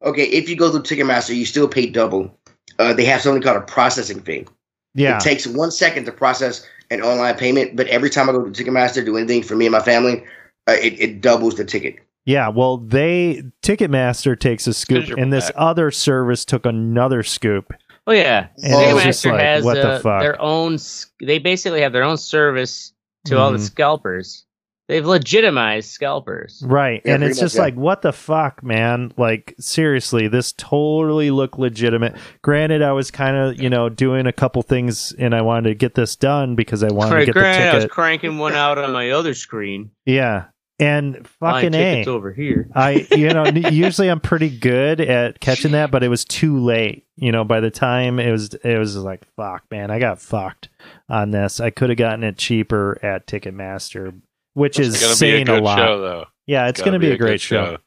Okay, if you go through Ticketmaster, you still pay double. Uh, they have something called a processing fee.
Yeah.
It takes one second to process an online payment, but every time I go to Ticketmaster, do anything for me and my family, uh, it, it doubles the ticket.
Yeah, well, they Ticketmaster takes a scoop,
Scissor
and this
back.
other service took another scoop.
Oh yeah,
And
Oh, it's
just
Ticketmaster
like,
has
what the
uh,
fuck?
their own. s- They basically have their own service to all the
Mhm.
scalpers. They've legitimized scalpers.
Right,
Yeah,
and
pretty
it's
much,
just
yeah.
like, what the fuck, man? Like, seriously, this totally looked legitimate. Granted, I was kind of you know doing a couple things, and I wanted to get this done because I wanted to get the
Granted, I was
ticket.
cranking one out on my other screen.
Yeah, and fucking
my
a.
tickets over here.
I you know n- usually I'm pretty good at catching that, but it was too late. You know, by the time it was it was just like fuck, man, I got fucked on this. I could have gotten it cheaper at Ticketmaster, which
It's
is
gonna be a
saying a,
good
lot.
show, though.
Yeah, it's, gonna, be, a great
good
show.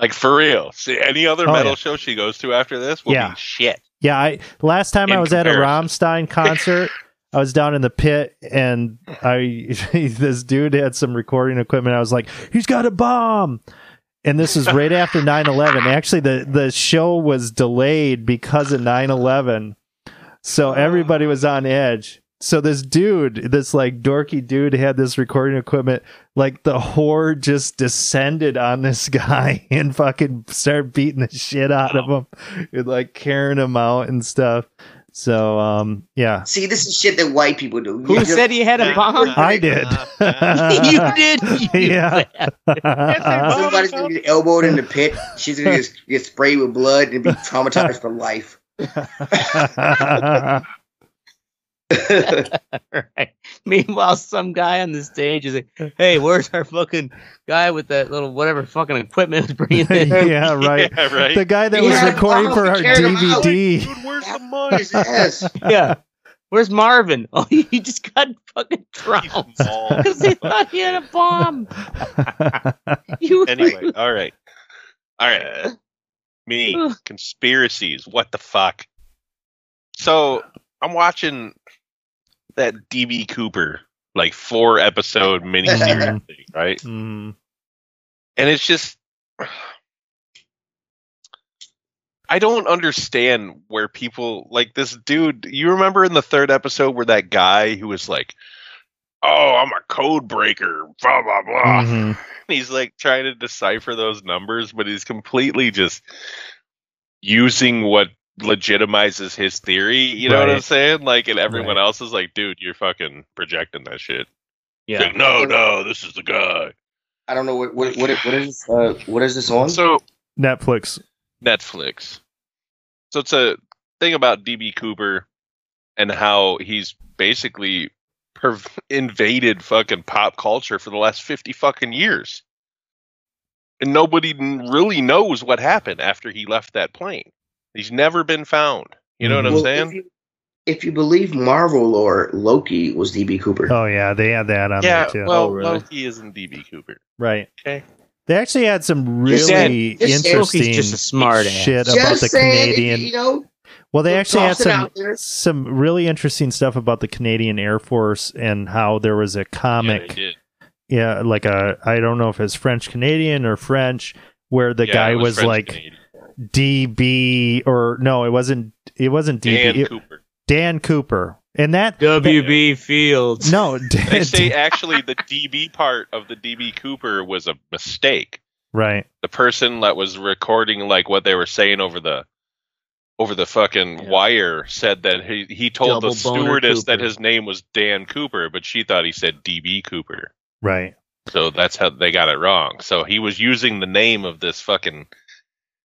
Like for real. See, any other
Oh,
metal
yeah.
show she goes to after this will
Yeah.
be shit.
Yeah, I last time
In
I was at a Rammstein concert, I was down in the pit and I this dude had some recording equipment. I was like, "He's got a bomb." And this is right after 9/11. Actually, the the show was delayed because of 9/11.
Oh.
So everybody was on edge. So this dude, this like dorky dude had this recording equipment, like the whore just descended on this guy and fucking started beating the shit out of him with like carrying him out and stuff. So um yeah.
See, this is shit that white people do.
Who said he had a bomb?
I did.
you did. You
Uh, Yeah.
said.
Somebody's gonna get elbowed in the pit. She's gonna get, get sprayed with blood and be traumatized for life.
Right. Meanwhile, some guy on the stage is like, "Hey, where's our fucking guy with that little whatever fucking equipment was bringing in?"
yeah, right.
Yeah, right.
The guy that
He
was
had a
recording
bomb,
for
he
our
carried him
DVD.
out.
Dude, where's the money?
His ass.
yeah. Where's Marvin? Oh, he just got fucking drowned
He's bald.
because they thought he had a bomb. You
anyway, all right. All right. Me, conspiracies. What the fuck? So I'm watching that DB Cooper, like four episode miniseries, thing, right?
Mm.
And it's just. I don't understand where people like this dude. You remember in the third episode where that guy who was like, "Oh, I'm a code breaker," blah blah blah
Mhm.
he's like trying to decipher those numbers, but he's completely just using what legitimizes his theory. You know what I'm
Right.
saying? Like, and everyone
Right.
else is like, dude, you're fucking projecting that shit.
Yeah.
Like, no, no, this is the guy.
I don't know what what what, what is uh, what is this on?
So
Netflix.
Netflix. So it's a thing about DB Cooper and how he's basically perv- invaded fucking pop culture for the last 50 fucking years. And nobody n- really knows what happened after he left that plane. He's never been found. You know what I'm
Mm-hmm.
Well,
saying?
If you, if you believe Marvel lore, Loki was DB Cooper.
Oh yeah, they had that on
yeah,
there too.
well,
Oh, really?
Loki isn't DB Cooper.
right.
Okay.
They actually had some really
Just saying- just saying-
interesting
Loki's just a smart ass.
shit
Just
about the
saying, if-
Canadian.
You know,
Well, they actually had
toss it
some
out there.
some really interesting stuff about the Canadian Air Force and how there was a
Yeah, they
comic, yeah,
did.
like a I don't know if it's French Canadian or French, where the
Yeah,
guy
it
was,
French
like
Canadian.
DB or no, it wasn't it wasn't DB
Dan
it-
Cooper.
Dan Cooper, and that
WB Fields.
no
They say actually the DB part of the DB Cooper was a mistake.
right
the person that was recording like what they were saying over the over the fucking
Yeah.
wire said that he he told
Double
the
boner
stewardess that
Cooper.
his name was Dan Cooper, but she thought he said DB Cooper.
right
So that's how they got it wrong. So he was using the name of this fucking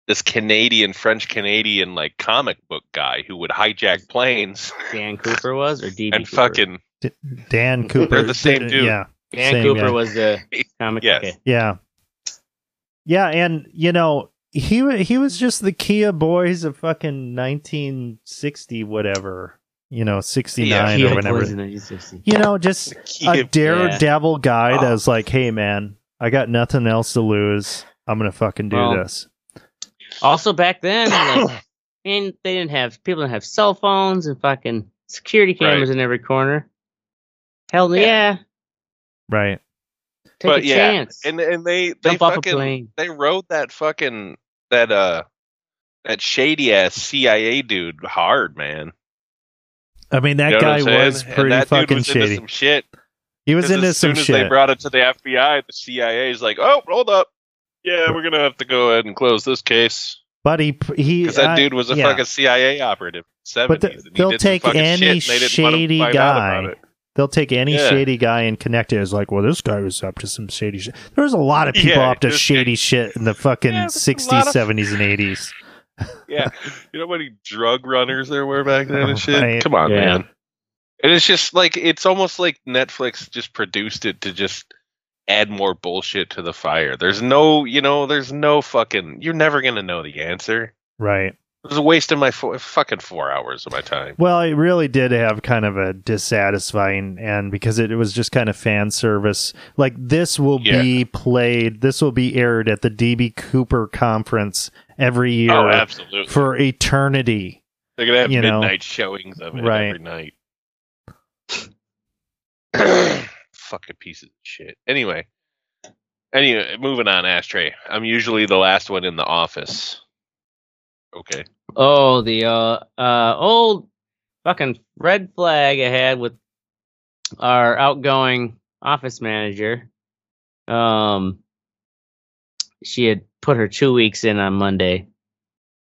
this Canadian French Canadian like comic book guy who would hijack planes
Dan Cooper was or DB.
and
Cooper?
fucking
Dan Cooper.
the same dude.
Yeah,
Dan
same
Cooper
guy.
was the comic.
Yes.
okay.
yeah, yeah, and you know he wa- he was just the Kia boys of fucking nineteen sixty whatever, you know sixty nine
He
or
was
whatever.
in the 1960s.
You know, just a daredevil guy that was like, hey man, I got nothing else to lose. I'm gonna fucking do
Well,
this.
Also back then, like, man, they didn't have people didn't have cell phones and fucking security cameras in every corner. Hell yeah,
Right.
take
But
a
yeah,
chance.
and and they they
Jump off a
fucking
plane.
they rode that fucking that uh that shady ass CIA dude hard, man.
I mean
You
that
know what
guy
I'm saying?
was
And
pretty
that dude
fucking
was
shady.
Into some shit.
he was
'Cause
into
as
some
soon as they
shit.
brought it to the FBI, the CIA is like, "Oh, hold up, yeah, we're gonna have to go ahead and close this case
but he he
because that
I-
dude was a
yeah.
fucking CIA operative." in the 70s,
But the-
and he
they'll
did some
take
fucking
any
shit, and they didn't want him to
shady
find out about
guy.
it.
They'll take any
Yeah.
shady guy and connect it as like, well, this guy was up to some shady shit. There was a lot of people
Yeah,
up to
this
shady shit in the fucking
Yeah, there's a
60s,
lot of-
70s, and 80s.
Yeah. You know how many drug runners there were back then and shit?
Right.
Come on,
Yeah.
man. And it's just like it's almost like Netflix just produced it to just add more bullshit to the fire. There's no, you know, there's no fucking you're never going to know the answer.
Right.
It was a waste of my fo- fucking 4 hours of my time.
Well, it really did have kind of a dissatisfying end because it, it was just kind of fan service. Like, this will
Yeah.
be played, this will be aired at the DB Cooper conference every year
Oh, absolutely.
for eternity.
They're going to have
you know.
midnight showings of it
Right.
every night. fucking pieces of shit. Anyway, anyway, moving on. Ashtray. I'm usually the last one in the office. Okay.
Oh, the uh, uh, old fucking red flag I had with our outgoing office manager. Um, she had put her two weeks in on Monday,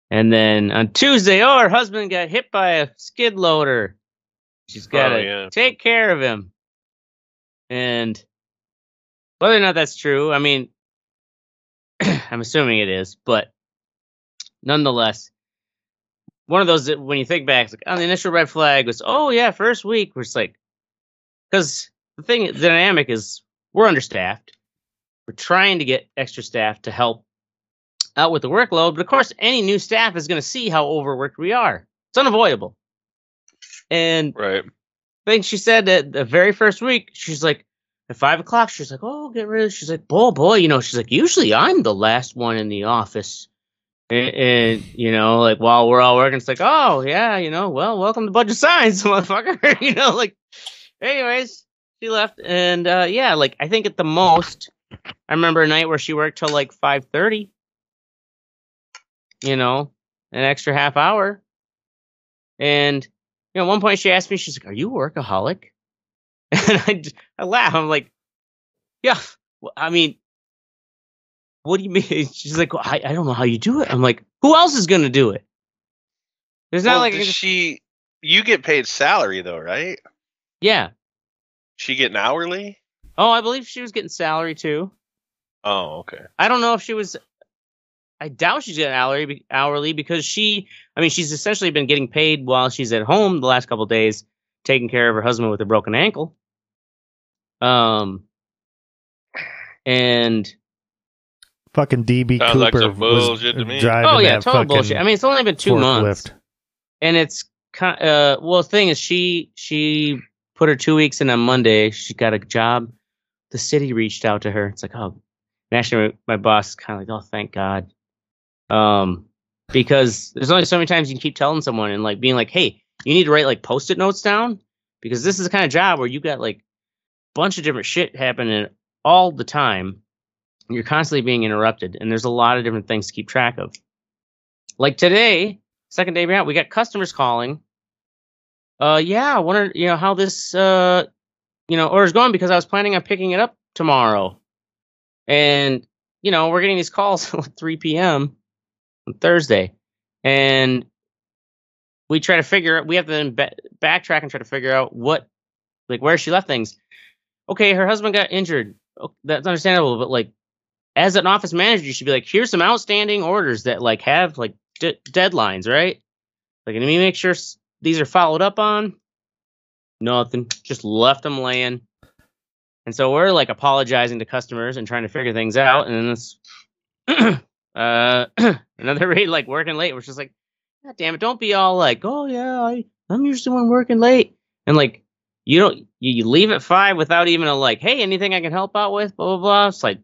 and then on Tuesday, oh, her husband got hit by a skid loader. She's got to
yeah.
take care of him. And whether or not that's true, I mean, I'm assuming it is, but nonetheless, one of those that when you think back, it's like on the initial red flag was, oh yeah, first week was like, because the thing, the dynamic is we're understaffed. We're trying to get extra staff to help out with the workload, but of course, any new staff is going to see how overworked we are. It's unavoidable. And
Right.
I think she said that the very first week, she's like, at five o'clock, she's like, oh, get rid of. She's like, boy, boy, you know, she's like, usually I'm the last one in the office. And, and, you know, like while we're all working, it's like, oh, yeah, you know, well, welcome to Budget Science, motherfucker. you know, like, anyways, she left. And, uh, yeah, like, I think at the most, I remember a night where she worked till like 5.30, you know, an extra half hour. And you know, at one point she asked me, she's like, "Are you a workaholic?" And I, j- I laugh. I'm like, "Yeah, well, I mean, what do you mean?" She's like, well, I, "I don't know how you do it." I'm like, "Who else is gonna do it?" There's not
Well,
like, I
does
can just-
she. You get paid salary though, right?
yeah.
She getting hourly.
Oh, I believe she was getting salary too.
Oh, okay.
I don't know if she was. I doubt she's getting hourly hourly because she. I mean, she's essentially been getting paid while she's at home the last couple of days, taking care of her husband with a broken ankle. Um. And
Fucking DB
Sounds like
Cooper
some bullshit to me.
was driving
oh yeah,
that
total
fucking
bullshit. I mean, it's only been two months,
forklift.
and it's kind. Uh, well, the thing is, she she put her two weeks in on Monday. She got a job. The city reached out to her. It's like, oh, and actually, my, my boss is kind of like, oh, thank God, um, because there's only so many times you can keep telling someone and like being like, hey, you need to write like post-it notes down because this is the kind of job where you got like a bunch of different shit happening all the time. and You're constantly being interrupted, and there's a lot of different things to keep track of. Like today, second day we're out, we got customers calling. Uh, yeah, I wonder, you know, how this, uh, you know, order's going because I was planning on picking it up tomorrow, and you know, we're getting these calls at like 3 p.m. on Thursday, and we try to figure, we have to then ba- backtrack and try to figure out what, like, where she left things. Okay, her husband got injured. Oh, That's understandable, but like, as an office manager, you should be like, here's some outstanding orders that like have like d- deadlines, right? Like, let me make sure s- these are followed up on. Nothing, just left them laying. And so we're like apologizing to customers and trying to figure things out. And then this, uh, another rate like working late, which is like, God damn it, don't be all like, oh yeah, I, I'm usually one working late. And like, you don't, you, you leave at five without even a like, hey, anything I can help out with, blah, blah, blah. It's like,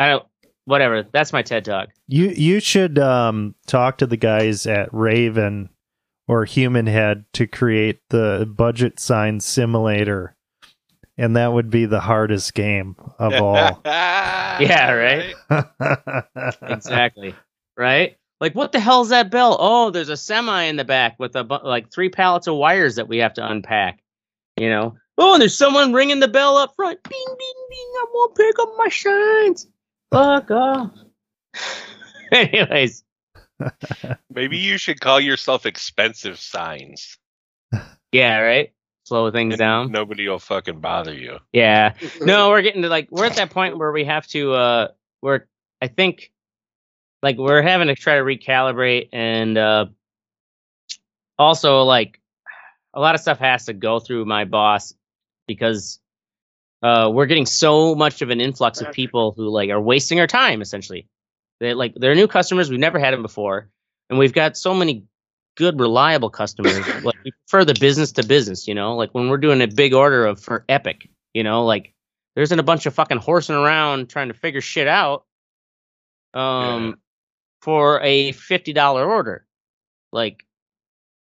I don't, whatever. That's my TED talk.
You you should um, talk to the guys at Raven or Human Head to create the budget sign simulator, and that would be the hardest game of all.
yeah,
right? exactly. Right? Like, what the hell's that bell? Oh, there's a semi in the back with a bu- like three pallets of wires that we have to unpack. You know. Oh, and there's someone ringing the bell up front. Bing, bing, bing. I'm gonna pick up my shines. Fuck off. Anyways,
Maybe you should call yourself expensive signs.
yeah, right. Slow things down.
Nobody will fucking bother you.
Yeah. no we're getting to like we're at that point where we have to uh we're i think like we're having to try to recalibrate and uh also like a lot of stuff has to go through my boss because uh we're getting so much of an influx of people who like are wasting our time essentially they like they're new customers we've never had them before and we've got so many good reliable customers like we prefer the business to business you know like when we're doing a big order of for epic you know, like there isn't a bunch of fucking horsing around trying to figure shit out um
Yeah.
for a fifty dollar order. Like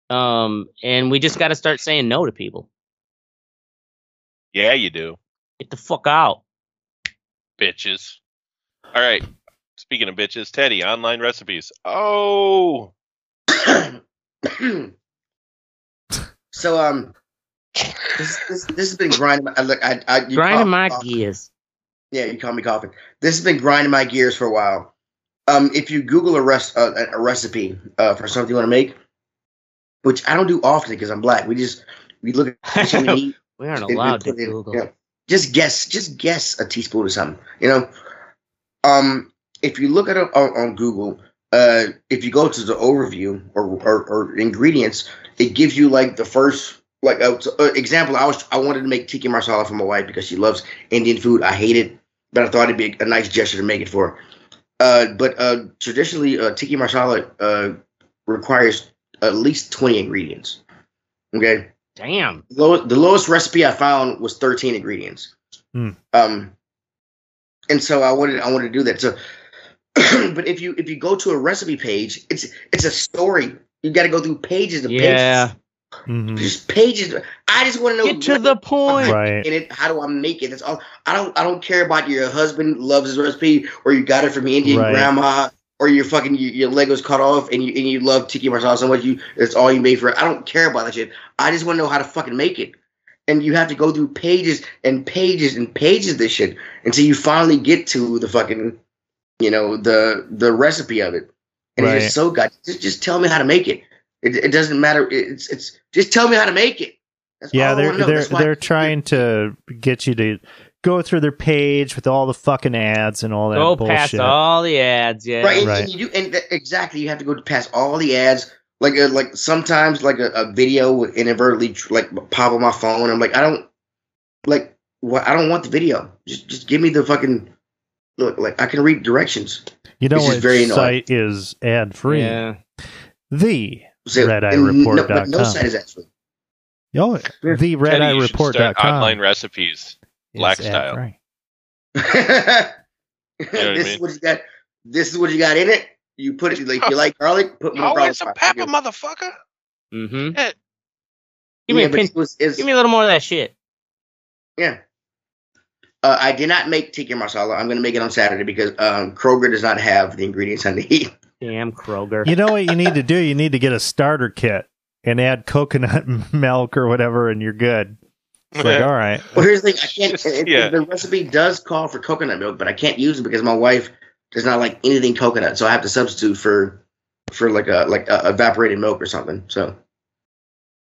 um and we just gotta start saying no to people.
Yeah, you do,
Get the fuck out.
bitches. All right. Speaking of bitches, Teddy, online recipes. Oh,
so um, this, this this has been grinding. My, I look, I, I you
Grinding
cough-
my
cough-
gears.
Yeah, you call me coughing. This has been grinding my gears for a while. Um, if you Google a rest uh, a- a recipe uh, for something you want to make, which I don't do often because I'm black, we just we look at something we eat,
We aren't
It- it
allowed to
put in-
Google.
yeah. Just guess, just guess a teaspoon or something. You know, um, if you look at it on, on Google, uh, if you go to the overview or, or, or ingredients, it gives you like the first like uh, so, uh, example. I was I wanted to make tiki marsala for my wife because she loves Indian food. I hate it, but I thought it'd be a nice gesture to make it for. her. Uh, but uh, traditionally, uh, tiki marsala uh, requires at least twenty ingredients. Okay
Damn.
low, the lowest recipe I found was 13 ingredients.
Hmm.
Um, and so I wanted I wanted to do that. So, but if you if you go to a recipe page, it's it's a story. You got to go through pages and
Yeah.
Mhm.
pages, just pages. I just want to know
Get to
what
the point.
Right.
in it. How do I make it? That's all. I don't I don't care about your husband loves his recipe or you got it from your Indian
Right.
grandma. Or your fucking your, your Legos cut off, and you and you love tiki marsala so much you that's all you made for it. I don't care about that shit. I just want to know how to fucking make it. And you have to go through pages and pages and pages of this shit until you finally get to the fucking, you know, the the recipe of it. And it's
Right.
just so god. Just, just tell me how to make it. It, it doesn't matter. It's it's just tell me how to make it. That's
Yeah,
all I
they're
wanna know.
they're
That's why-
they're trying to get you to go through their page with all the fucking ads and all that
Go past
bullshit.
all the ads, yeah.
right, and,
Right.
and you do, and th- exactly, you have to go past all the ads. Like, uh, like sometimes, like a, a video would inadvertently tr- like pop on my phone. I'm like, I don't like, what? I don't want the video. Just, just give me the fucking look. Like, I can read directions.
you know
which is
what
very annoying.
site is ad free?
Yeah.
The
So,
Red Eye
and no-
Report
but
dot
no
com.
site is actually.
oh,
Yeah.
the red
Teddy,
eye
you should
report
start online recipes. Black style.
this
mean?
is what you got. This is what you got in it. You put it like you like garlic. Put more
Oh,
garlic.
it's a
powder.
pepper, motherfucker.
Mm-hmm.
Yeah.
Give me
Yeah,
a
but
pin.
it was- it's-
Give me a little more of that shit.
Yeah. Uh, I did not make tikka masala. I'm going to make it on Saturday because um, Kroger does not have the ingredients I need.
Damn Kroger.
You know what you need to do? You need to get a starter kit and add coconut milk or whatever, and you're good. It's like, all right.
Well, here's the thing: I can't. it- it-
Yeah.
The recipe does call for coconut milk, but I can't use it because my wife does not like anything coconut, so I have to substitute for for like a like a evaporated milk or something. So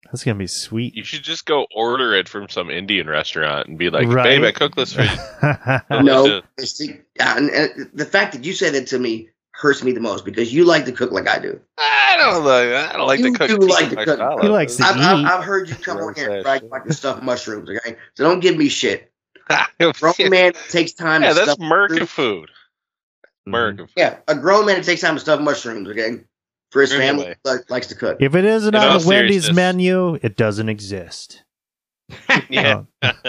That's gonna be sweet.
You should just go order it from some Indian restaurant and be like,
Right.
"Babe, I cook this for you."
no,
Delicious.
see, uh, and, and the fact that you said that to me hurts me the most because you like to cook like I do.
I don't like. I don't like
You
to cook.
do
tea
like to cook.
myself.
He likes to
I've, I've,
eat.
I've heard you come on here and brag
Gross-ass.
about your stuffed mushrooms, okay? So don't give me shit. Grown
yeah,
man takes time. to
that's
stuff
American
food.
food.
Mm.
Mm-hmm.
American food.
Yeah, a grown man takes time to stuff mushrooms, okay? For his family,
Anyway.
like, likes to cook.
if it isn't
In all
on the Wendy's
seriousness.
menu, it doesn't exist.
Yeah.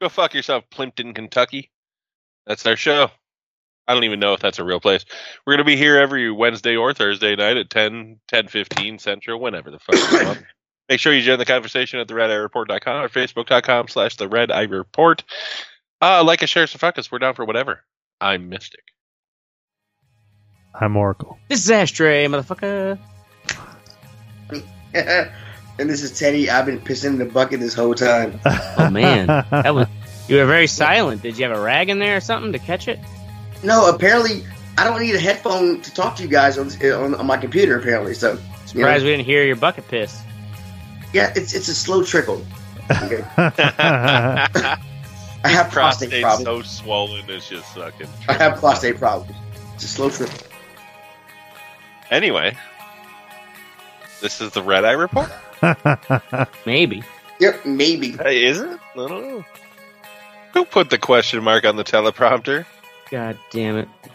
go fuck yourself, Plimpton, Kentucky. That's our show. I don't even know if that's a real place. We're gonna be here every Wednesday or Thursday night at 10, 10 Central, whenever the fuck you want. Make sure you join the conversation at the red eye report.com or facebook.com slash the red eye report. Uh, like us, share, us, and fuck us. We're down for whatever. I'm Mystic.
I'm Oracle.
This is Ashtray, motherfucker.
and this is Teddy. I've been pissing in the bucket this whole time.
Oh, man. That was you were very silent. Did you have a rag in there or something to catch it?
No, apparently, I don't need a headphone to talk to you guys on on, on my computer. Apparently, so you know,
Surprised we didn't hear your bucket piss.
yeah, it's it's a slow trickle. Okay. I have prostate
Prostate's
problems.
so swollen, it's just fucking.
I have prostate problems. It's a slow trickle.
Anyway, this is the red eye report.
Maybe.
Yep, maybe.
Hey, is it? I don't know. Who put the question mark on the teleprompter?
God damn it.